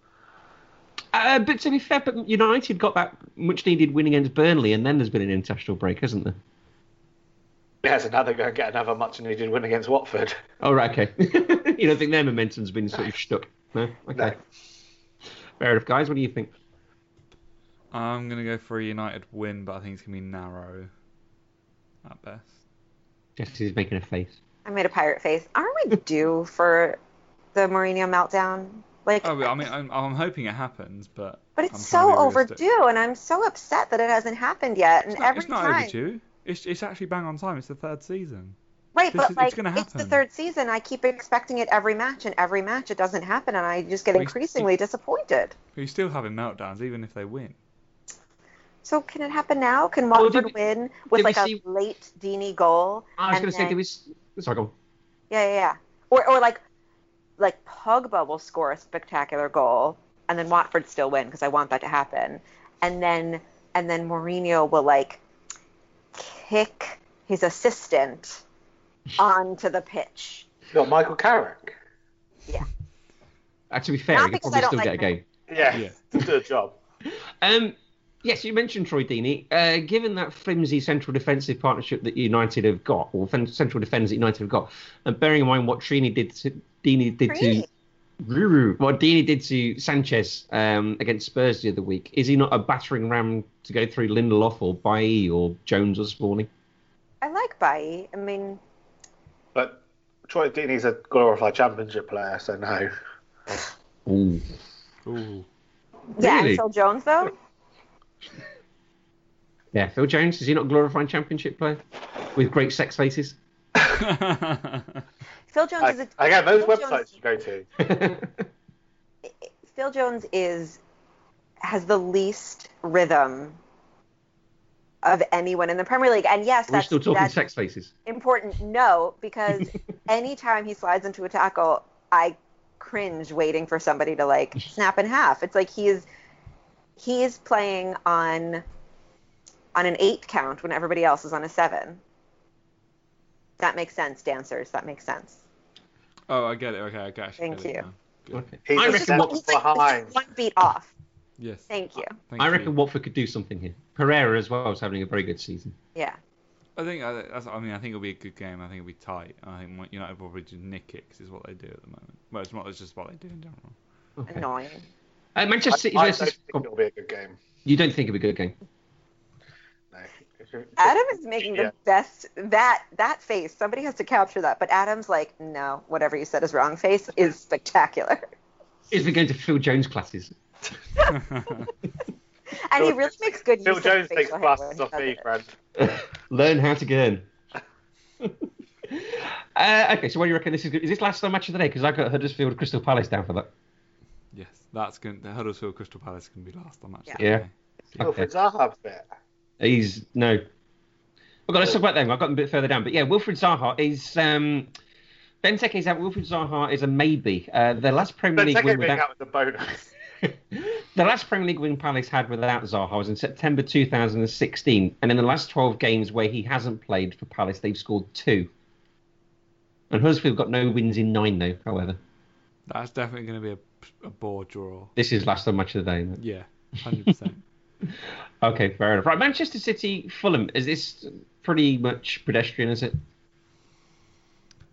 Speaker 1: Uh, but to be fair, but United got that much needed win against Burnley, and then there's been an international break, hasn't there?
Speaker 3: There's another go and get another much needed win against Watford.
Speaker 1: Oh, right, okay. you don't think their momentum's been sort of stuck? No? Okay.
Speaker 3: No.
Speaker 1: Fair enough, guys. What do you think?
Speaker 4: I'm gonna go for a United win, but I think it's gonna be narrow. At best.
Speaker 1: Jesse's making a face.
Speaker 2: I made a pirate face. Aren't we due for the Mourinho meltdown? Like,
Speaker 4: Oh, I mean, I'm, I'm hoping it happens, but.
Speaker 2: but it's
Speaker 4: I'm trying
Speaker 2: so
Speaker 4: to be realistic.
Speaker 2: overdue, and I'm so upset that it hasn't happened yet. And
Speaker 4: It's not,
Speaker 2: every
Speaker 4: it's not
Speaker 2: time,
Speaker 4: overdue. It's it's actually bang on time. It's the third season.
Speaker 2: right?
Speaker 4: This
Speaker 2: But
Speaker 4: is- it's
Speaker 2: like,
Speaker 4: gonna
Speaker 2: the
Speaker 4: happen.
Speaker 2: third season. I keep expecting it every match, and every match it doesn't happen, and I just get
Speaker 4: We-
Speaker 2: increasingly disappointed.
Speaker 4: But you're still having meltdowns, even if they win.
Speaker 2: So can it happen now? Can
Speaker 1: Well, did
Speaker 2: Watford
Speaker 1: we-
Speaker 2: win
Speaker 1: did we
Speaker 2: with like a
Speaker 1: see-
Speaker 2: late Deeney goal?
Speaker 1: I was
Speaker 2: and
Speaker 1: going to say,
Speaker 2: then-
Speaker 1: there was. Sorry, go on.
Speaker 2: Yeah, yeah, yeah. Or, or like, like Pogba will score a spectacular goal, and then Watford still win because I want that to happen. And then, and then Mourinho will like kick his assistant onto the pitch.
Speaker 3: Not Michael Carrick.
Speaker 1: Uh, to be fair,
Speaker 2: Not
Speaker 1: he could
Speaker 2: because
Speaker 1: probably
Speaker 2: I don't
Speaker 1: still get a
Speaker 2: like
Speaker 1: game.
Speaker 3: Yeah,
Speaker 4: Yeah.
Speaker 3: to do a job.
Speaker 1: Um, yes, you mentioned Troy Deeney. Uh, given that flimsy central defensive partnership that United have got, or fen- central defence that United have got, and bearing in mind what Trini did to Deeney did
Speaker 2: Trini?
Speaker 1: to Ruru, what Deeney did to Sanchez um, against Spurs the other week, is he not a battering ram to go through Lindelof or Bailly or Jones or Spawning?
Speaker 2: I like Bai. I mean,
Speaker 3: But Troy Deeney's a glorified championship player, so no.
Speaker 1: Ooh.
Speaker 4: Ooh.
Speaker 2: yeah.
Speaker 1: Really?
Speaker 2: And Phil Jones though.
Speaker 1: Yeah, Phil Jones, is he not a glorified championship player with great sex faces?
Speaker 2: Phil Jones is
Speaker 3: I,
Speaker 2: a
Speaker 3: again, those
Speaker 2: Phil
Speaker 3: websites
Speaker 2: Jones-
Speaker 3: you go to.
Speaker 2: Phil Jones is has the least rhythm of anyone in the Premier League, and yes,
Speaker 1: We're
Speaker 2: that's
Speaker 1: still talking
Speaker 2: that's
Speaker 1: sex faces.
Speaker 2: important. No, because anytime he slides into a tackle, I cringe waiting for somebody to like snap in half. It's like he's he's playing on on an eight count when everybody else is on a seven. That makes sense, dancers. That makes sense.
Speaker 4: oh, I get it. Okay, I get
Speaker 2: Thank
Speaker 4: get it
Speaker 2: you.
Speaker 4: now.
Speaker 1: Okay.
Speaker 3: He's
Speaker 1: I
Speaker 3: a
Speaker 1: reckon
Speaker 3: step
Speaker 1: what-
Speaker 2: He's like-
Speaker 3: behind.
Speaker 2: he's like one beat off.
Speaker 4: Yes.
Speaker 2: Thank you.
Speaker 4: Thank
Speaker 1: I
Speaker 4: you.
Speaker 1: reckon Watford could do something here. Pereira as well is having a very good season.
Speaker 2: Yeah.
Speaker 4: I think I, that's, I mean I think it'll be a good game. I think it'll be tight. I think United will probably just nick it 'cause it's what they do at the moment. Well, it's not. It's just what they do in general.
Speaker 1: Okay.
Speaker 2: Annoying.
Speaker 1: Uh,
Speaker 3: I,
Speaker 1: Manchester City
Speaker 3: I don't
Speaker 1: versus.
Speaker 3: think it'll be a good game.
Speaker 1: You don't think it'll be a good game?
Speaker 3: No. If you-
Speaker 2: Adam is making the
Speaker 3: Yeah.
Speaker 2: best that that face. Somebody has to capture that. But Adam's like, no, whatever you said is wrong. Face is spectacular,
Speaker 1: Is we going to Phil Jones classes?
Speaker 2: and he
Speaker 3: Phil-
Speaker 2: really makes good
Speaker 3: Phil
Speaker 2: use
Speaker 3: Jones
Speaker 2: of
Speaker 3: takes
Speaker 2: facial hair when
Speaker 3: classes
Speaker 2: he
Speaker 3: off
Speaker 2: does
Speaker 3: me,
Speaker 2: it.
Speaker 3: friend.
Speaker 1: Learn how to gurn. uh, okay, so what do you reckon this is? Good? Is this last match of the day? Because I've got Huddersfield Crystal Palace down for that.
Speaker 4: yes, that's going. The Huddersfield Crystal Palace can be last on match.
Speaker 2: Yeah.
Speaker 4: day.
Speaker 1: Yeah.
Speaker 3: Wilfred Zaha bit.
Speaker 1: He's no. Okay, let's talk about them. I've got them a bit further down, but yeah, Wilfred Zaha is. Um, Benteke is out. Wilfred Zaha is a maybe. Uh, the last Premier
Speaker 3: But
Speaker 1: League
Speaker 3: Teke
Speaker 1: win
Speaker 3: being
Speaker 1: without
Speaker 3: out with the bonus.
Speaker 1: the last Premier League win Palace had without Zaha was in September 2016, and in the last 12 games where he hasn't played for Palace, they've scored two. And Huddersfield got no wins in nine, though. However,
Speaker 4: That's definitely going to be a, a board draw.
Speaker 1: this is last match of the day. isn't it?
Speaker 4: Yeah, hundred percent.
Speaker 1: Okay, fair enough. Right, Manchester City, Fulham. Is this pretty much pedestrian? Is it?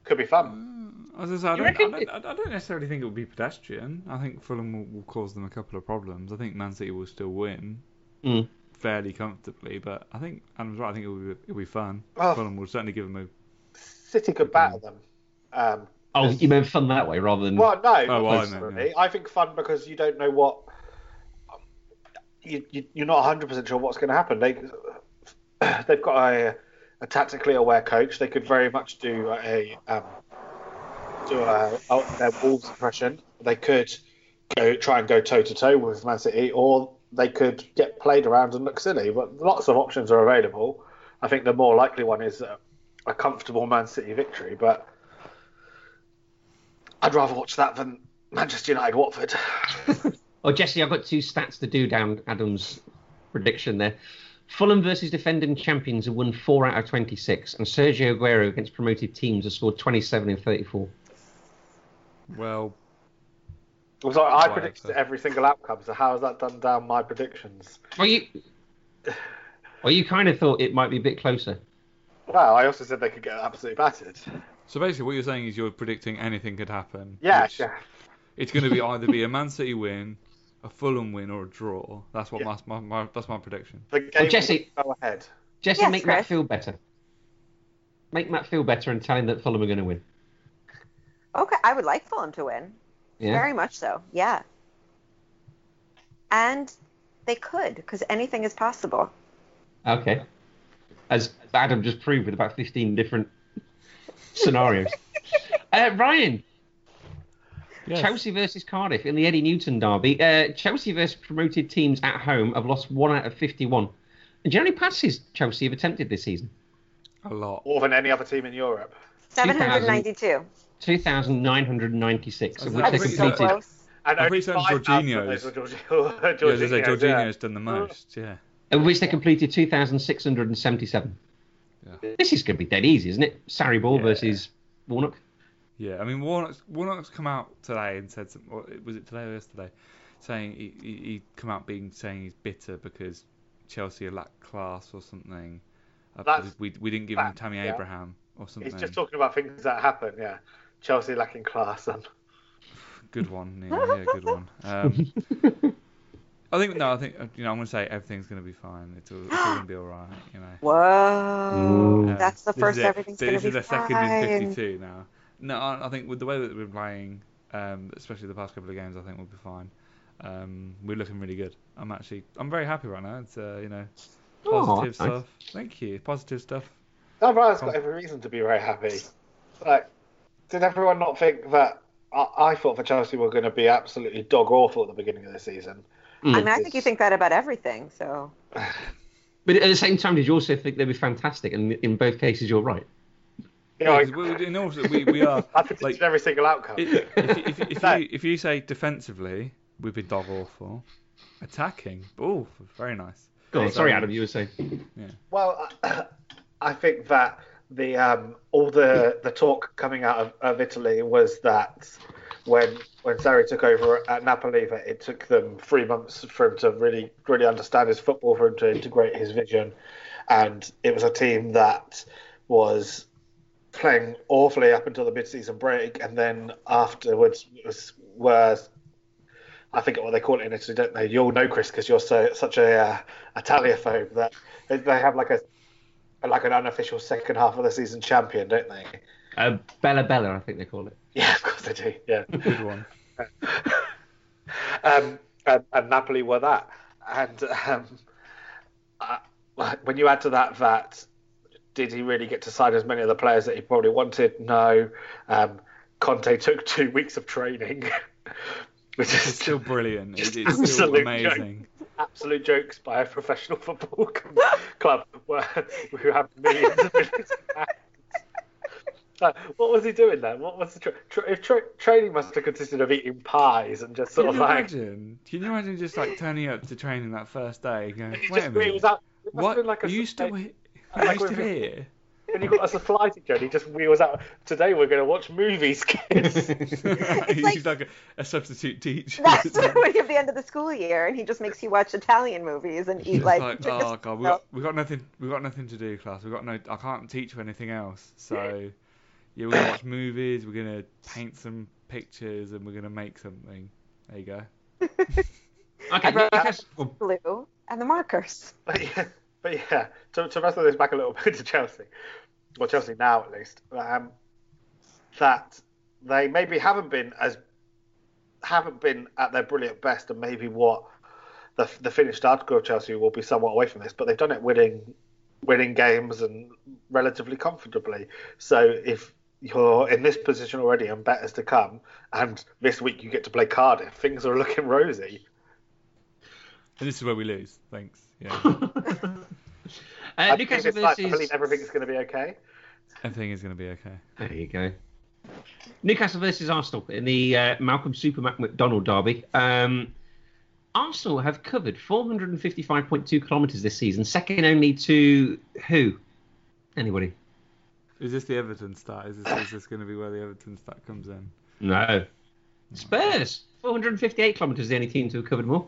Speaker 3: Could be
Speaker 2: Mm.
Speaker 3: fun.
Speaker 4: As I said, I
Speaker 1: You
Speaker 4: don't,
Speaker 1: reckon
Speaker 4: I, don't, I don't necessarily think it will be pedestrian. I think Fulham will, will cause them a couple of problems. I think Man City will still win
Speaker 1: Mm.
Speaker 4: fairly comfortably, but I think Adam's right. I think it will be, it'll be fun.
Speaker 3: Oh.
Speaker 4: Fulham will certainly give them a.
Speaker 3: City
Speaker 1: Mm.
Speaker 3: could battle them. Um,
Speaker 1: Oh, you meant fun that way rather than.
Speaker 3: well, no,
Speaker 4: well, Mm.
Speaker 3: not
Speaker 4: Oh, I know,
Speaker 3: necessarily. I think fun because you don't know what. You, you, you're not 100% sure what's going to happen. They, they've got a, a tactically aware coach. They could very much do a um, do a, a, their Wolves impression. They could go try and go toe to toe with Man City, or they could get played around and look silly. But lots of options are available. I think the more likely one is a, a comfortable Man City victory, but I'd rather watch that than Manchester United Watford.
Speaker 1: Oh, Jesse, I've got two stats to do down Adam's prediction there. Fulham versus defending champions have won four out of 26, and Sergio Aguero against promoted teams has scored 27 in 34.
Speaker 4: Well,
Speaker 3: I'm sorry, I
Speaker 4: Right,
Speaker 3: predicted
Speaker 4: so-
Speaker 3: every single outcome, so how has that done down my predictions?
Speaker 1: Well, you, well, you kind of thought it might be a bit closer.
Speaker 3: Well, I also said they could get absolutely battered.
Speaker 4: So basically, what you're saying is you're predicting anything could happen.
Speaker 3: Yeah,
Speaker 4: which-
Speaker 3: yeah.
Speaker 4: It's going to be either be a Man City win, a Fulham win, or a draw. That's what
Speaker 3: Yeah.
Speaker 4: my, my, my that's my prediction.
Speaker 3: The game
Speaker 1: Well, Jesse-
Speaker 3: will go ahead.
Speaker 1: Jesse,
Speaker 2: Yes,
Speaker 1: make Matt
Speaker 2: Chris.
Speaker 1: feel better. Make Matt feel better and tell him that Fulham are going to win.
Speaker 2: Okay, I would like Fulham to win.
Speaker 1: Yeah.
Speaker 2: Very much so. Yeah. And they could, because anything is possible.
Speaker 1: Okay. As Adam just proved with about 15 different scenarios. Uh, Ryan, Chelsea versus Cardiff in the Eddie Newton derby. Uh, Chelsea versus promoted teams at home have lost one out of 51. And do you know how many passes Chelsea have attempted this season?
Speaker 4: A lot.
Speaker 3: More than any other team in Europe.
Speaker 2: 792.
Speaker 1: 2,996. Of which
Speaker 4: That's not
Speaker 1: they
Speaker 2: That's
Speaker 4: really
Speaker 2: so
Speaker 4: completed.
Speaker 2: close.
Speaker 4: I'm
Speaker 3: And only
Speaker 4: pretty certain
Speaker 3: five thousand of
Speaker 4: Jorginho's-
Speaker 3: those were Jorginho-
Speaker 4: Yeah, as I say,
Speaker 3: Jorginho's, yeah.
Speaker 4: Jorginho's done the most. Yeah.
Speaker 1: Of which they completed 2,677.
Speaker 4: Yeah.
Speaker 1: This is going to be dead easy, isn't it? Sarri Ball
Speaker 4: Yeah.
Speaker 1: versus Warnock.
Speaker 4: Yeah, I mean Warnock's, Warnock's come out today and said some, or was it today or yesterday, saying he, he he come out being saying he's bitter because Chelsea lacked class or something. Uh,
Speaker 3: That's-
Speaker 4: because we we didn't give him
Speaker 3: that-
Speaker 4: Tammy
Speaker 3: yeah.
Speaker 4: Abraham or something.
Speaker 3: He's just talking about things that happen, yeah. Chelsea lacking class and
Speaker 4: Good one, Neil. Yeah, good one. Um, I think no, I think uh, you know I'm gonna say everything's gonna be fine. It's all, it's all gonna be all right, you know.
Speaker 2: Whoa.
Speaker 4: Uh,
Speaker 2: That's the
Speaker 4: this
Speaker 2: first
Speaker 4: is it.
Speaker 2: everything's
Speaker 4: So
Speaker 2: going
Speaker 4: this
Speaker 2: to
Speaker 4: is
Speaker 2: be
Speaker 4: the second in
Speaker 2: fine.
Speaker 4: 52 now. No, I, I think with the way that we're playing, um, especially the past couple of games, I think we'll be fine. Um, we're looking really good. I'm actually, I'm very happy right now. It's uh, you know,
Speaker 1: Oh, that's
Speaker 4: positive
Speaker 1: nice.
Speaker 4: stuff. Thank you, positive stuff.
Speaker 3: No, Brian's got every reason to be very happy. Like, did everyone not think that? I, I thought for Chelsea were going to be absolutely dog awful at the beginning of the season.
Speaker 2: I mean, I think you think that about everything, so.
Speaker 1: But at the same time, did you also think they'd be fantastic? And in both cases, you're right.
Speaker 3: You know,
Speaker 4: Yeah,
Speaker 3: I,
Speaker 4: 'cause we, and also we, we are
Speaker 3: I predicted
Speaker 4: like
Speaker 3: every single outcome.
Speaker 4: if, if, if, if,
Speaker 3: No.
Speaker 4: you, if you say defensively, we've been dog awful. Attacking, oh, very nice.
Speaker 1: Go on,
Speaker 4: Yes,
Speaker 1: sorry,
Speaker 4: um,
Speaker 1: Adam, you were saying.
Speaker 3: Well, I, I think that the um, all the the talk coming out of, of Italy was that when when Sarri took over at Napoli, that it took them three months for him to really really understand his football, for him to integrate his vision, and it was a team that was playing awfully up until the mid-season break, and then afterwards was, were I think what they call it in Italy, don't they? You'll know, Chris, because you're so such a uh, Italiophobe that they- they have like a like an unofficial second half of the season champion, don't they?
Speaker 1: Uh, Bella Bella, I think they call it.
Speaker 3: Yeah, of course they do. Yeah,
Speaker 4: Good one.
Speaker 3: um, and, and Napoli were that. And um, I, when you add to that that did he really get to sign as many of the players that he probably wanted? No. Um, Conte took two weeks of training, which is
Speaker 4: It's still brilliant. It, it's still
Speaker 3: Absolute
Speaker 4: amazing.
Speaker 3: absolute jokes by a professional football com- club where- who have millions of millions of pounds. Like, what was he doing then? What was the tra- tra- if tra- training must have consisted of eating pies and just sort
Speaker 4: Can
Speaker 3: of
Speaker 4: you
Speaker 3: like
Speaker 4: imagine? Can you imagine just like turning up to training that first day and going, wait a
Speaker 3: It just wheels
Speaker 4: minute,
Speaker 3: out. It must have
Speaker 4: what?
Speaker 3: been like a
Speaker 4: are you still
Speaker 3: like,
Speaker 4: here? Are
Speaker 3: like
Speaker 4: you still
Speaker 3: we're-
Speaker 4: here?
Speaker 3: when you got us a flight teacher, he just wheels out. Today we're going to watch movies, kids.
Speaker 4: He's
Speaker 2: like-
Speaker 4: like, a, a substitute teacher.
Speaker 2: That's
Speaker 4: It's like-
Speaker 2: when you have the end of the school year, and he just makes you watch Italian movies and eat
Speaker 4: it's
Speaker 2: like.
Speaker 4: like, oh god, we got, we got nothing. We got nothing to do, class. We got no. I can't teach you anything else. So, yeah, we're gonna watch movies. We're gonna paint some pictures, and we're gonna make something. There you go.
Speaker 1: Okay, uh,
Speaker 2: brought-
Speaker 1: yes.
Speaker 2: blue and the markers.
Speaker 3: But yeah, but yeah to, to wrestle this back a little bit to Chelsea, well, Chelsea now at least, um, that they maybe haven't been as haven't been at their brilliant best, and maybe what the, the finished article of Chelsea will be somewhat away from this, but they've done it winning winning games and relatively comfortably. So if you're in this position already and betters to come, and this week you get to play Cardiff, things are looking rosy.
Speaker 4: And this is where we lose. Thanks. Yeah,
Speaker 1: Uh,
Speaker 3: I believe
Speaker 1: Newcastle
Speaker 3: it's like- I
Speaker 1: versus.
Speaker 3: believe everything's going to be okay.
Speaker 4: everything is gonna be okay.
Speaker 1: There you go. Newcastle versus Arsenal in the uh, Malcolm Super Mac McDonald derby. Um, Arsenal have covered 455.2 kilometres this season, second only to who? Anybody?
Speaker 4: Is this the Everton start? Is this, is this gonna be where the Everton start comes in?
Speaker 1: No. Spurs. 458 kilometres, the only team to have covered more.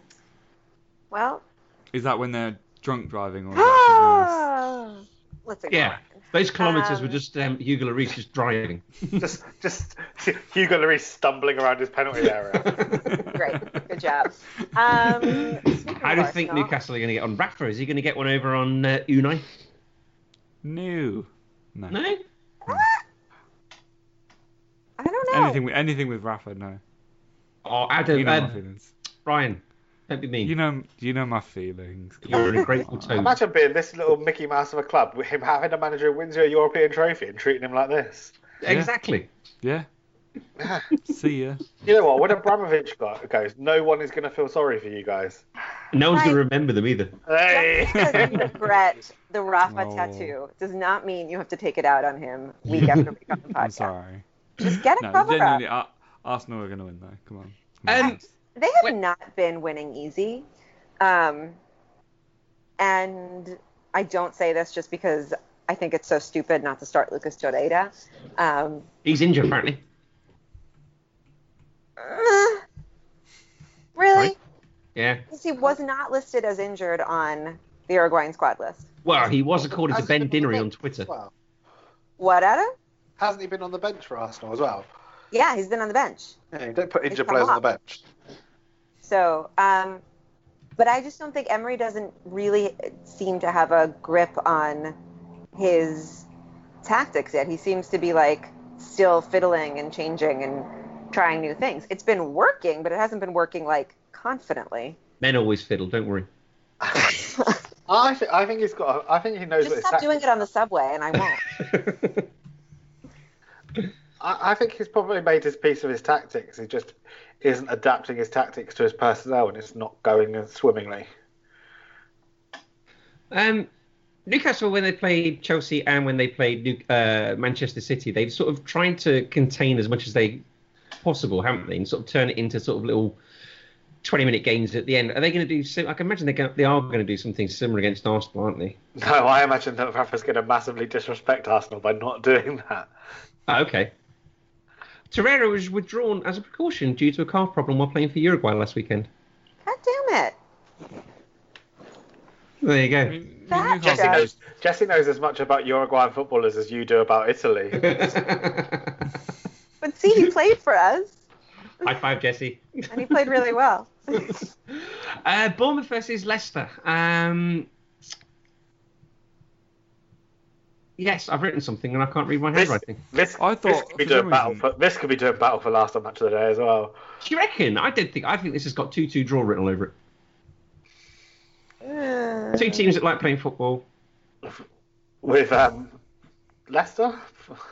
Speaker 2: Well, Ah!
Speaker 4: Is that when they're drunk driving or is that something else?
Speaker 2: look Let's ignore
Speaker 1: Yeah,
Speaker 2: it.
Speaker 1: those kilometres
Speaker 2: Um,
Speaker 1: were just um, Hugo Lloris just driving.
Speaker 3: Just, just Hugo Lloris stumbling around his penalty area.
Speaker 2: Great. Good job. Um, speaking of
Speaker 1: I don't think
Speaker 2: Arsenal-
Speaker 1: Newcastle are going to get on Rafa. Is he going to get one over on uh, Unai?
Speaker 4: No. No.
Speaker 1: No.
Speaker 2: I don't know.
Speaker 4: Anything with anything with Rafa, no.
Speaker 1: Or Adam?
Speaker 4: You know my
Speaker 1: uh,
Speaker 4: feelings.
Speaker 1: Brian, don't be mean.
Speaker 4: You know, you know my feelings.
Speaker 1: You're a grateful toad.
Speaker 3: Imagine being this little Mickey Mouse of a club with him having a manager who wins you a European trophy and treating him like this.
Speaker 1: Exactly.
Speaker 4: Yeah. See ya.
Speaker 3: You know what? When Abramovich go- goes, no one is going to feel sorry for you guys.
Speaker 1: No one's going to
Speaker 2: Right.
Speaker 1: remember them either.
Speaker 3: Hey!
Speaker 2: Just because you regret the Rafa
Speaker 4: Oh.
Speaker 2: tattoo does not mean you have to take it out on him week after week on the
Speaker 4: I'm
Speaker 2: podcast.
Speaker 4: sorry.
Speaker 2: Just get a
Speaker 4: No,
Speaker 2: cover up.
Speaker 4: genuinely, Ar- Arsenal are going to win though. Come on. Come on.
Speaker 1: Um,
Speaker 2: They have
Speaker 1: Wait.
Speaker 2: not been winning easy. Um, and I don't say this just because I think it's so stupid not to start Lucas Torreira. Um,
Speaker 1: he's injured apparently.
Speaker 2: eh, really?
Speaker 1: Right. Yeah.
Speaker 2: Because He was not listed as injured on the Uruguayan squad list.
Speaker 1: Well, he was according to
Speaker 3: Hasn't
Speaker 1: Ben
Speaker 3: been on the
Speaker 1: Dinnery on
Speaker 3: bench
Speaker 1: Twitter.
Speaker 3: as well.
Speaker 2: What, Adam?
Speaker 3: Hasn't he been on the bench for Arsenal as well?
Speaker 2: Yeah, he's been on the bench.
Speaker 3: Yeah, you don't put
Speaker 2: He's
Speaker 3: injured
Speaker 2: come
Speaker 3: players on
Speaker 2: up.
Speaker 3: the bench.
Speaker 2: So, um, but I just don't think Emery doesn't really seem to have a grip on his tactics yet. He seems to be like still fiddling and changing and trying new things. It's been working, but it hasn't been working like confidently.
Speaker 1: Men always fiddle. Don't worry.
Speaker 3: I, th- I think he's got. A, I think he knows what
Speaker 2: Just
Speaker 3: his
Speaker 2: stop doing
Speaker 3: tactics
Speaker 2: it on
Speaker 3: are.
Speaker 2: the subway, and I won't.
Speaker 3: I, I think he's probably made his piece of his tactics. He just isn't adapting his tactics to his personnel, and it's not going as swimmingly.
Speaker 1: Um, Newcastle, when they played Chelsea and when they played New- uh, Manchester City, they've sort of tried to contain as much as they possible, haven't they? And sort of turn it into sort of little twenty-minute games at the end. Are they going to do? So, I can imagine they go- they are going to do something similar against Arsenal, aren't they?
Speaker 3: No, I imagine that Rafa's going to massively disrespect Arsenal by not doing that.
Speaker 1: Ah, okay. Torreira was withdrawn as a precaution due to a calf problem while playing for Uruguay last weekend.
Speaker 2: God damn it!
Speaker 1: There you
Speaker 4: I
Speaker 1: go.
Speaker 4: mean,
Speaker 2: That
Speaker 4: Newcastle-
Speaker 3: Jesse
Speaker 2: Yeah.
Speaker 3: knows. Jesse knows as much about Uruguayan footballers as you do about Italy.
Speaker 2: Mm-hmm. But see, he played for us,
Speaker 1: High five, Jesse.
Speaker 2: and he played really well.
Speaker 1: Uh, Bournemouth versus Leicester. Um, yes, I've written something and I can't read my
Speaker 3: This-
Speaker 1: handwriting.
Speaker 3: This,
Speaker 4: I thought-
Speaker 3: this could be
Speaker 4: for
Speaker 3: doing
Speaker 4: some
Speaker 3: battle
Speaker 4: reason-
Speaker 3: for this could be doing battle for last on match of the day as well.
Speaker 1: Do you reckon? I don't think. I think this has got two-two draw written all over it. Two teams that like playing football.
Speaker 3: With um, Leicester,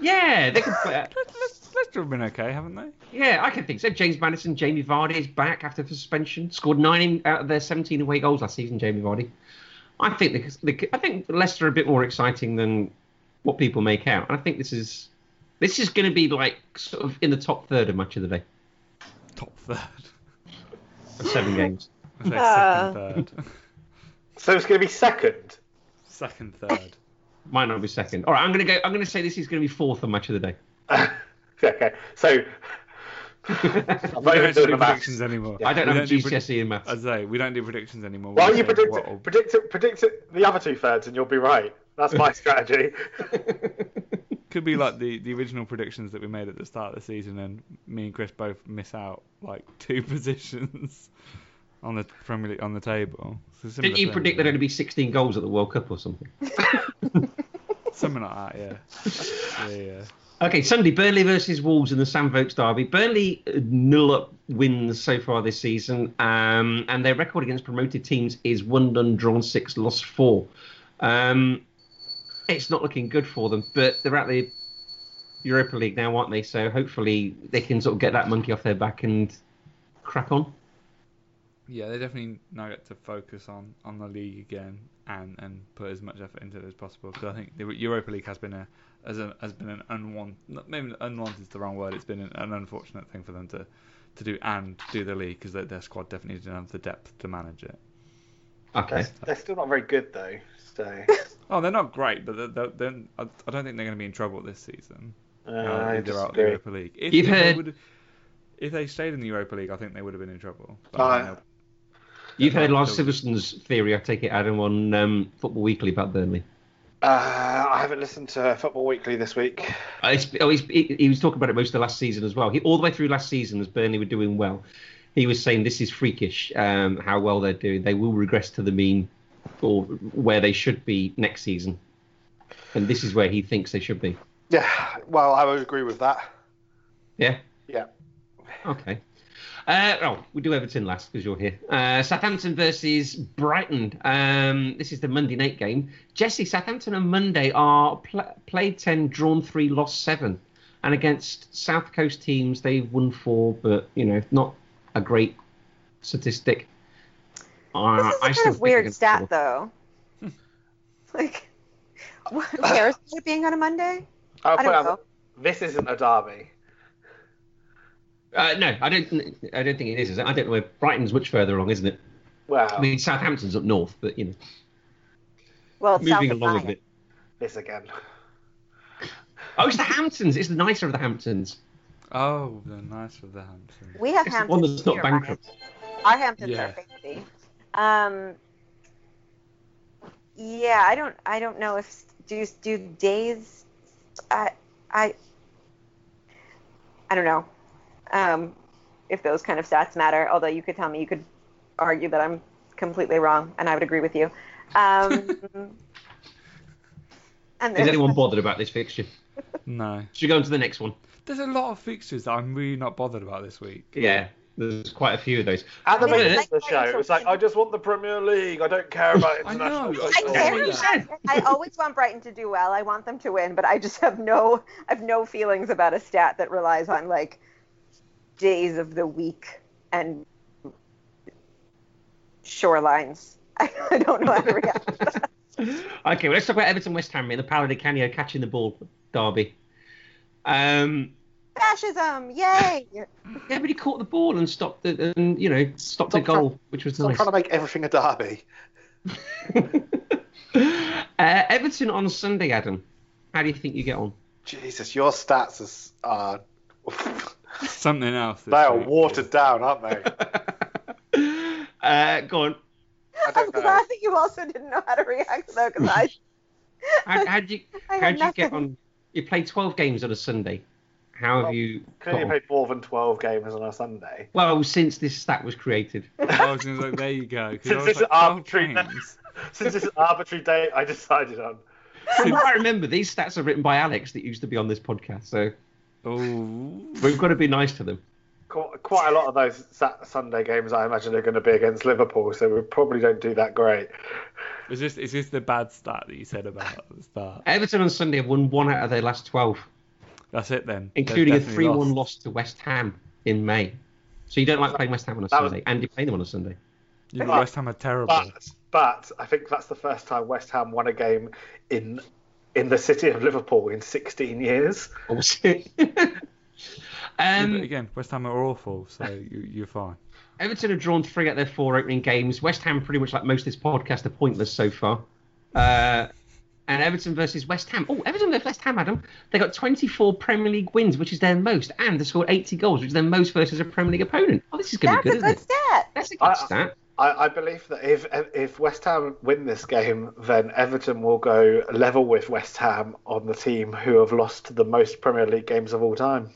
Speaker 1: Yeah, they can play.
Speaker 4: Let- Let's, Leicester have been okay, haven't they?
Speaker 1: yeah, I can think so. James Madison, Jamie Vardy is back after suspension. Scored nine in, out of their seventeen away goals last season. Jamie Vardy. I think the, the, I think Leicester are a bit more exciting than what people make out, and I think this is this is going to be like sort of in the top third of match of the day.
Speaker 4: Top third.
Speaker 1: of seven games.
Speaker 4: I say
Speaker 2: Ah.
Speaker 4: second third.
Speaker 3: so it's going to be second.
Speaker 4: second third.
Speaker 1: Might not be second. All right, I'm gonna go. I'm gonna say this is gonna be fourth on match of the day.
Speaker 3: okay, so I'm not
Speaker 4: We
Speaker 3: even
Speaker 4: don't do
Speaker 3: doing the
Speaker 4: predictions
Speaker 3: maths.
Speaker 4: anymore.
Speaker 1: I don't
Speaker 4: We
Speaker 1: have
Speaker 4: do
Speaker 1: GCSE
Speaker 4: predict-
Speaker 1: E in maths.
Speaker 4: I say we don't do predictions anymore. We
Speaker 3: Well,
Speaker 4: just
Speaker 3: you
Speaker 4: say
Speaker 3: predict
Speaker 4: what'll-
Speaker 3: it, predict it, predict it, the other two thirds, and you'll be right. That's my strategy.
Speaker 4: could be like the, the original predictions that we made at the start of the season, and me and Chris both miss out like two positions on the Premier League, on the table. So similar
Speaker 1: Didn't you
Speaker 4: thing,
Speaker 1: predict
Speaker 4: yeah.
Speaker 1: there'd only be 16 goals at the World Cup or something?
Speaker 4: Something like that, yeah. yeah, yeah.
Speaker 1: Okay, Sunday, Burnley versus Wolves in the Sam Vokes derby. Burnley uh, nil up wins so far this season, um, and their record against promoted teams is one done, drawn six, lost four. Um, it's not looking good for them, but they're at the Europa League now, aren't they? So hopefully they can sort of get that monkey off their back and crack on.
Speaker 4: Yeah, they definitely now get to focus on, on the league again and, and put as much effort into it as possible because I think the Europa League has been a as a, has been an unwanted maybe unwanted is the wrong word. It's been an, an unfortunate thing for them to, to do and do the league because their squad definitely didn't have the depth to manage it.
Speaker 1: Okay.
Speaker 3: They're, they're still not very good though. So
Speaker 4: Oh, they're not great, but they're, they're, they're, I I don't think they're going to be in trouble this season.
Speaker 3: uh,
Speaker 4: Uh,
Speaker 3: I
Speaker 4: if they're out of the
Speaker 3: disagree.
Speaker 4: Europa League. If,
Speaker 1: You've
Speaker 4: if they
Speaker 1: heard-
Speaker 4: would, if they stayed in the Europa League, I think they would have been in trouble. But
Speaker 3: No,
Speaker 4: I know-
Speaker 1: You've heard Lars
Speaker 4: Don't-
Speaker 1: Siverson's theory, I take it, Adam, on um, Football Weekly about Burnley.
Speaker 3: Uh, I haven't listened to Football Weekly this week.
Speaker 1: Uh, it's, oh, he's, he, he was talking about it most of the last season as well. He, all the way through last season, as Burnley were doing well, he was saying this is freakish um, how well they're doing. They will regress to the mean or where they should be next season. And this is where he thinks they should be.
Speaker 3: Yeah, well, I would agree with that.
Speaker 1: Yeah?
Speaker 3: Yeah.
Speaker 1: Okay. Uh, oh, we do Everton last because you're here. Uh, Southampton versus Brighton. Um, this is the Monday night game. Jesse, Southampton and Monday are pl- played 10, drawn 3, lost 7. And against South Coast teams, they've won 4, but, you know, not a great statistic. Uh,
Speaker 2: This is a
Speaker 1: I
Speaker 2: kind
Speaker 1: still
Speaker 2: of
Speaker 1: think
Speaker 2: weird
Speaker 1: against
Speaker 2: stat,
Speaker 1: Fulham.
Speaker 2: though. like, what, who cares about it being on a Monday?
Speaker 3: I'll
Speaker 2: I
Speaker 3: point
Speaker 2: don't
Speaker 3: out
Speaker 2: know.
Speaker 3: that this isn't a derby.
Speaker 1: Uh, no, I don't. I don't think it is. is it? I don't know. where- Brighton's much further along, isn't it?
Speaker 3: Well,
Speaker 1: I mean, Southampton's up north, but you know,
Speaker 2: Well, it's
Speaker 1: moving
Speaker 2: South of
Speaker 1: along a
Speaker 2: Lyon.
Speaker 1: bit.
Speaker 3: this again.
Speaker 1: Oh, it's the Hamptons. It's the nicer of the Hamptons.
Speaker 4: Oh, the nice of the Hamptons.
Speaker 2: We have
Speaker 1: It's the one
Speaker 2: Hamptons.
Speaker 1: that's not
Speaker 2: here,
Speaker 1: bankrupt.
Speaker 2: Ryan. Our Hamptons
Speaker 4: Yeah.
Speaker 2: are fancy. Um, yeah, I don't. I don't know if do you do days. I. I. I don't know. Um, if those kind of stats matter, although you could tell me, you could argue that I'm completely wrong, and I would agree with you. Um, and
Speaker 1: Is
Speaker 2: there's-
Speaker 1: anyone bothered about this fixture?
Speaker 4: No.
Speaker 1: Should we go on to the next one?
Speaker 4: There's a lot of fixtures that I'm really not bothered about this week.
Speaker 1: Yeah, there's quite a few of those.
Speaker 3: At the
Speaker 1: I mean,
Speaker 3: beginning
Speaker 2: like
Speaker 3: of the show, it was like, I just want the Premier League. I don't care about
Speaker 4: I
Speaker 3: international.
Speaker 4: know.
Speaker 2: I
Speaker 3: football."
Speaker 1: Yeah,
Speaker 2: care
Speaker 1: you said.
Speaker 2: about, I always want Brighton to do well. I want them to win, but I just have no I have no feelings about a stat that relies on like days of the week and shorelines. I, I don't know how to react.
Speaker 1: okay, well, let's talk about Everton West Ham in the Palo de Canio catching the ball derby. Um,
Speaker 2: Fascism, yay!
Speaker 1: everybody caught the ball and stopped the, and you know, stopped the
Speaker 3: Stop trying-
Speaker 1: goal, which was
Speaker 3: Stop
Speaker 1: nice.
Speaker 3: trying to make everything a derby.
Speaker 1: uh, Everton on Sunday, Adam. How do you think you get on?
Speaker 3: Jesus, your stats is, are
Speaker 4: Something else. This
Speaker 3: they are
Speaker 4: week.
Speaker 3: watered down, aren't they?
Speaker 1: uh, go on.
Speaker 3: I
Speaker 2: I'm
Speaker 3: don't know.
Speaker 2: glad that you also didn't know how to react though, because I,
Speaker 1: How, how'd you
Speaker 2: I
Speaker 1: how'd
Speaker 2: had
Speaker 1: you
Speaker 2: nothing.
Speaker 1: get on? You played twelve games on a Sunday. How have
Speaker 3: Well,
Speaker 1: you? got
Speaker 4: Oh.
Speaker 3: Clearly
Speaker 1: on?
Speaker 3: played more than twelve games on a Sunday.
Speaker 1: Well, since this stat was created,
Speaker 4: I was gonna say, there you go. 'cause I
Speaker 3: Since
Speaker 4: was
Speaker 3: this is
Speaker 4: like, "Oh,
Speaker 3: arbitrary,
Speaker 4: thanks."
Speaker 3: Since it's an arbitrary date, I decided on.
Speaker 1: From what I remember these stats are written by Alex that used to be on this podcast. So
Speaker 4: Oh.
Speaker 1: we've got to be nice to them.
Speaker 3: Qu- Quite a lot of those Sat- Sunday games, I imagine, are going to be against Liverpool, so we probably don't do that great.
Speaker 4: Is this is this the bad stat that you said about the start?
Speaker 1: Everton on Sunday have won one out of their last twelve,
Speaker 4: That's it then. They've
Speaker 1: including a
Speaker 4: definitely
Speaker 1: three-one
Speaker 4: lost.
Speaker 1: loss to West Ham in May. So you don't like playing West Ham on a
Speaker 3: That was-
Speaker 1: Sunday, and you play them on a Sunday.
Speaker 4: Yeah, but West Ham are terrible.
Speaker 3: But but I think that's the first time West Ham won a game in in the city of Liverpool in 16 years.
Speaker 1: Oh, shit.
Speaker 4: Yeah,
Speaker 1: um,
Speaker 4: but again, West Ham are awful, so you, you're fine.
Speaker 1: Everton have drawn three out of their four opening games. West Ham, pretty much like most of this podcast, are pointless so far. Uh, and Everton versus West Ham. Oh, Everton versus West Ham, Adam. They got 24 Premier League wins, which is their most, and they scored 80 goals, which is their most versus a Premier League opponent. Oh, this is going to
Speaker 2: that's
Speaker 1: be good,
Speaker 2: a
Speaker 1: isn't
Speaker 2: good
Speaker 1: it?
Speaker 2: stat.
Speaker 1: That's a good
Speaker 3: I-
Speaker 4: Uh,
Speaker 1: stat.
Speaker 3: I, I believe that if if West Ham win this game, then Everton will go level with West Ham on the team who have lost the most Premier League games of all time.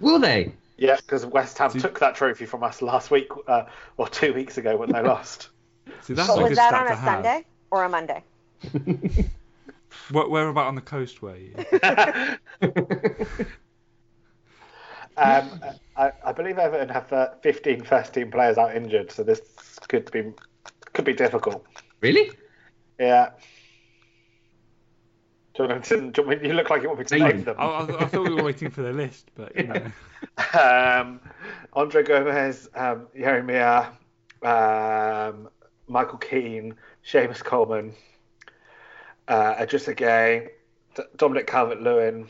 Speaker 1: Will they?
Speaker 3: Yeah, because West Ham
Speaker 4: Do-
Speaker 3: took that trophy from us last week uh, or two weeks ago when they lost.
Speaker 4: See, that's
Speaker 2: But
Speaker 4: a
Speaker 2: was
Speaker 4: good
Speaker 2: that
Speaker 4: stat
Speaker 2: on
Speaker 4: to
Speaker 2: a
Speaker 4: have.
Speaker 2: Sunday or a Monday?
Speaker 4: Where, where about on the coast were you?
Speaker 3: Um, I, I believe Everton have uh, 15 first team players out injured, so this could be could be difficult.
Speaker 1: Really?
Speaker 3: Yeah. Do you, want me to, do you, want me, you look like you want me to
Speaker 1: No, you
Speaker 3: name them.
Speaker 4: I, I, I thought we were waiting for the list, but you know.
Speaker 3: um, Andre Gomez, um, Yeremia, um, Michael Keane, Seamus Coleman, uh, Adrissa Gay, D- Dominic Calvert Lewin,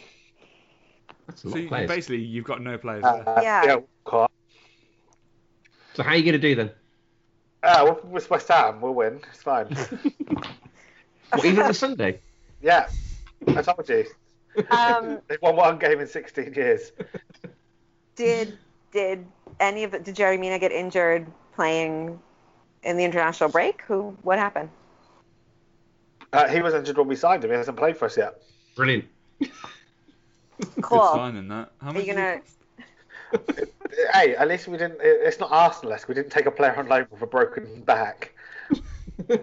Speaker 1: That's a lot
Speaker 4: So
Speaker 1: of
Speaker 4: you,
Speaker 1: players.
Speaker 4: basically, you've got no players
Speaker 3: uh,
Speaker 4: left.
Speaker 2: Yeah.
Speaker 3: Theo Walcott.
Speaker 1: So how are you going to do then?
Speaker 3: Uh, we're- we're West Ham, we'll win. It's fine.
Speaker 1: What, even on a Sunday?
Speaker 3: yeah, I told you.
Speaker 2: Um,
Speaker 3: They've won one game in 16 years.
Speaker 2: did did any of the, did Jerry Mina get injured playing in the international break? Who what happened?
Speaker 3: Uh, he was injured when we signed him. He hasn't played for us yet.
Speaker 1: Brilliant.
Speaker 2: Cool.
Speaker 4: Good signing that. How
Speaker 2: Are
Speaker 4: much
Speaker 2: you
Speaker 4: did
Speaker 2: gonna?
Speaker 4: it cost?
Speaker 3: Hey, at least we didn't. it- It's not Arsenal-esque. We didn't take a player on loan with a broken back.
Speaker 2: Do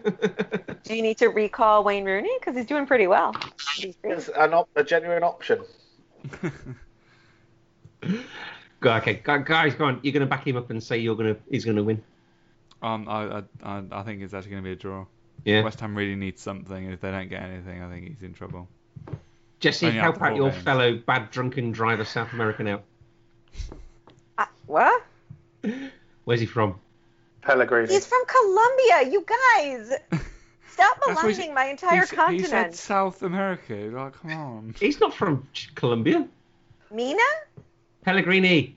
Speaker 2: you need to recall Wayne Rooney because he's doing pretty well? He's great.
Speaker 3: It's an op- a genuine option.
Speaker 1: Go- okay, gu- guys, go on. You're going to back him up and say you're going to he's going to win.
Speaker 4: Um, I, I, I, I think it's actually going to be a draw.
Speaker 1: Yeah.
Speaker 4: West Ham really needs something, and if they don't get anything, I think he's in trouble.
Speaker 1: Jesse,
Speaker 4: Only
Speaker 1: help
Speaker 4: after
Speaker 1: out
Speaker 4: four
Speaker 1: your
Speaker 4: games.
Speaker 1: fellow bad drunken driver South American out.
Speaker 2: Uh, what?
Speaker 1: Where's he from?
Speaker 3: Pellegrini.
Speaker 2: He's from Colombia. You guys, stop
Speaker 4: That's what he-
Speaker 2: maligning my entire
Speaker 4: He s- He said
Speaker 2: continent.
Speaker 4: South America. Like, come on.
Speaker 1: He's not from Ch- Colombia.
Speaker 2: Mina?
Speaker 1: Pellegrini.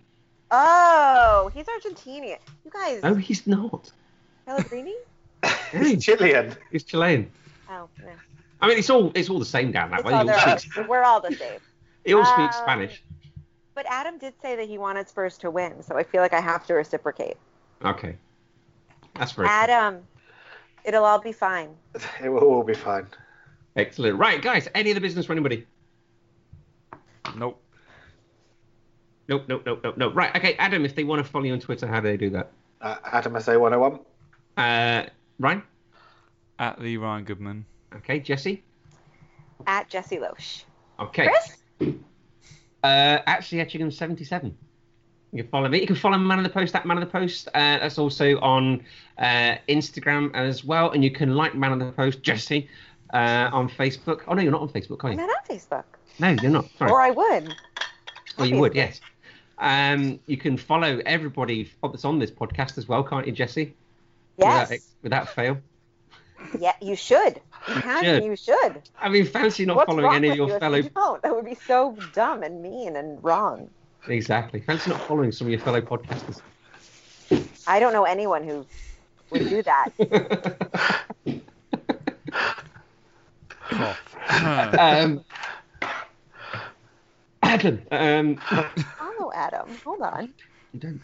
Speaker 2: Oh, he's Argentinian. You guys,
Speaker 1: Oh, he's not.
Speaker 2: Pellegrini?
Speaker 3: He's Chilean.
Speaker 1: He's Chilean.
Speaker 2: Oh, no.
Speaker 1: I mean, it's all it's all the same down that
Speaker 2: It's
Speaker 1: way.
Speaker 2: all
Speaker 1: He all
Speaker 2: their
Speaker 1: speaks,
Speaker 2: own. We're all the same.
Speaker 1: he all speaks
Speaker 2: Um,
Speaker 1: Spanish.
Speaker 2: But Adam did say that he wanted Spurs to win, so I feel like I have to reciprocate.
Speaker 1: Okay, that's very cool.
Speaker 2: Adam, um, it'll all be fine.
Speaker 3: It will all be fine.
Speaker 1: excellent. Right, guys. Any other business for anybody?
Speaker 4: Nope.
Speaker 1: Nope, nope, nope, nope, nope. Right, okay, Adam. If they want to follow you on Twitter, how do they do that?
Speaker 3: Uh, Adam SA101.
Speaker 1: Uh, Ryan.
Speaker 4: At the Ryan Goodman.
Speaker 1: Okay, Jesse.
Speaker 2: At Jesse Loesch.
Speaker 1: Okay.
Speaker 2: Chris?
Speaker 1: Uh, actually, Etchingham seventy seven. You can follow me. You can follow Man of the Post at Man of the Post. Uh, that's also on uh, Instagram as well, and you can like Man of the Post Jesse uh, on Facebook. Oh no, you're not on Facebook, are
Speaker 2: I'm
Speaker 1: you?
Speaker 2: not on Facebook.
Speaker 1: No, you're not. Sorry.
Speaker 2: Or I would.
Speaker 1: Oh, you would, yes. Um, you can follow everybody that's on this podcast as well, can't you, Jesse? Without,
Speaker 2: Yes.
Speaker 1: without fail.
Speaker 2: Yeah, you should. You can.
Speaker 1: should.
Speaker 2: You should.
Speaker 1: I mean, fancy not
Speaker 2: What's
Speaker 1: following
Speaker 2: wrong
Speaker 1: any of
Speaker 2: with you
Speaker 1: your
Speaker 2: if
Speaker 1: fellow.
Speaker 2: you don't? That would be so dumb and mean and wrong.
Speaker 1: Exactly. Fancy not following some of your fellow podcasters.
Speaker 2: I don't know anyone who would do that.
Speaker 4: Cough. Huh.
Speaker 1: Um, Adam, um,
Speaker 2: Follow Adam. Hold on.
Speaker 1: you don't.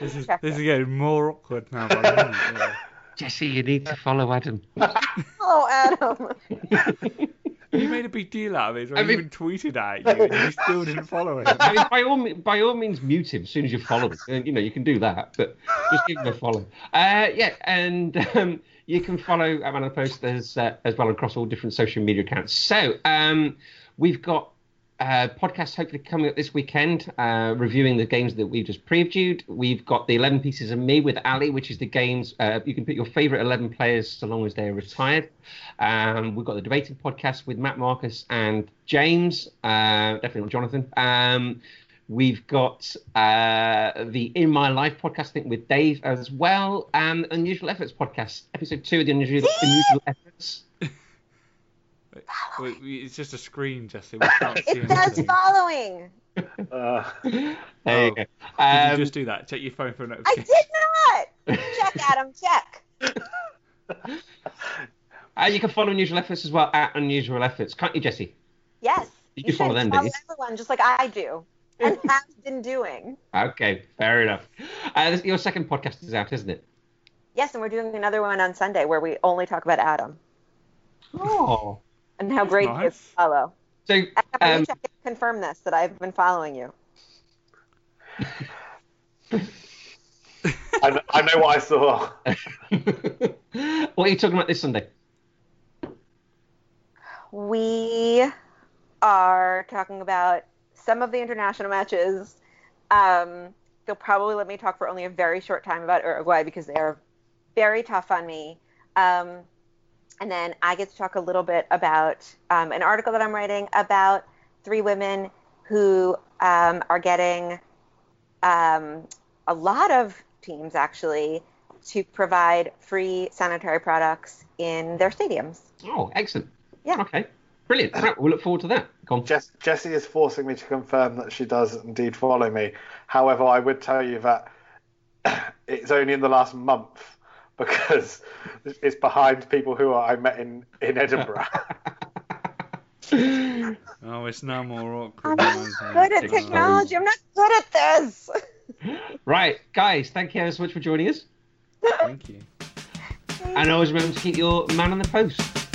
Speaker 4: this, is,
Speaker 2: check
Speaker 4: this is getting more awkward now. By the minute, yeah.
Speaker 1: Jesse, you need to follow Adam.
Speaker 2: Follow Adam.
Speaker 4: You made a big deal out of it. I
Speaker 1: mean-
Speaker 4: even tweeted at you, and you still didn't follow him.
Speaker 1: I mean, by all me- by all means, mute him as soon as you follow him. And, You know, you can do that, but just give him a follow. Uh, yeah, and um, you can follow Man of the Post as uh, as well across all different social media accounts. So um, we've got. Uh, podcasts hopefully coming up this weekend, uh, reviewing the games that we've just previewed. We've got the 11 Pieces of Me with Ali, which is the games uh, you can put your favourite 11 players so long as they're retired. Um, we've got the debating podcast with Matt Marcus and James, uh, definitely not Jonathan. Um, we've got uh, the In My Life podcast, I think, with Dave as well, and Unusual Efforts podcast, episode two of the Unusual, Unusual Efforts.
Speaker 4: We- we- It's just a screen, Jesse. We can't see
Speaker 2: It says
Speaker 4: anything.
Speaker 2: following.
Speaker 3: Uh,
Speaker 1: There
Speaker 4: Oh.
Speaker 1: you go.
Speaker 4: Did
Speaker 1: Um,
Speaker 4: you just do that? Check your phone for a
Speaker 2: I
Speaker 4: notification.
Speaker 2: did not. Check, Adam. Check.
Speaker 1: and you can follow Unusual Efforts as well at Unusual Efforts, can't you, Jesse?
Speaker 2: Yes.
Speaker 1: You do follow
Speaker 2: should
Speaker 1: them, do
Speaker 2: follow
Speaker 1: you?
Speaker 2: everyone just like I do and have been doing.
Speaker 1: Okay, fair enough. Uh, this- your second podcast is out, isn't it?
Speaker 2: Yes, and we're doing another one on Sunday where we only talk about Adam
Speaker 1: Oh.
Speaker 2: and how great he is
Speaker 4: nice.
Speaker 2: to follow.
Speaker 1: So,
Speaker 2: Adam, I
Speaker 1: um,
Speaker 2: wish I could confirm this that I've been following you.
Speaker 3: I, kn- I know what I saw.
Speaker 1: what are you talking about this Sunday?
Speaker 2: We are talking about some of the international matches. Um, they'll probably let me talk for only a very short time about Uruguay because they are very tough on me. Um, and then I get to talk a little bit about um, an article that I'm writing about three women who um, are getting um, a lot of teams actually to provide free sanitary products in their stadiums.
Speaker 1: Oh, excellent.
Speaker 2: Yeah.
Speaker 1: Okay. Brilliant. Right, we'll look forward to that. Go on.
Speaker 3: Jess, Jessie is forcing me to confirm that she does indeed follow me. However, I would tell you that it's only in the last month because it's behind people who I met in, in Edinburgh.
Speaker 4: Oh, it's now more
Speaker 2: I'm
Speaker 4: awkward. than
Speaker 2: not
Speaker 4: anything.
Speaker 2: good at
Speaker 4: Technology.
Speaker 2: technology. I'm not good at this.
Speaker 1: Right, guys, thank you so much for joining us.
Speaker 4: Thank you.
Speaker 2: Thank
Speaker 1: And always remember to keep your man on the post.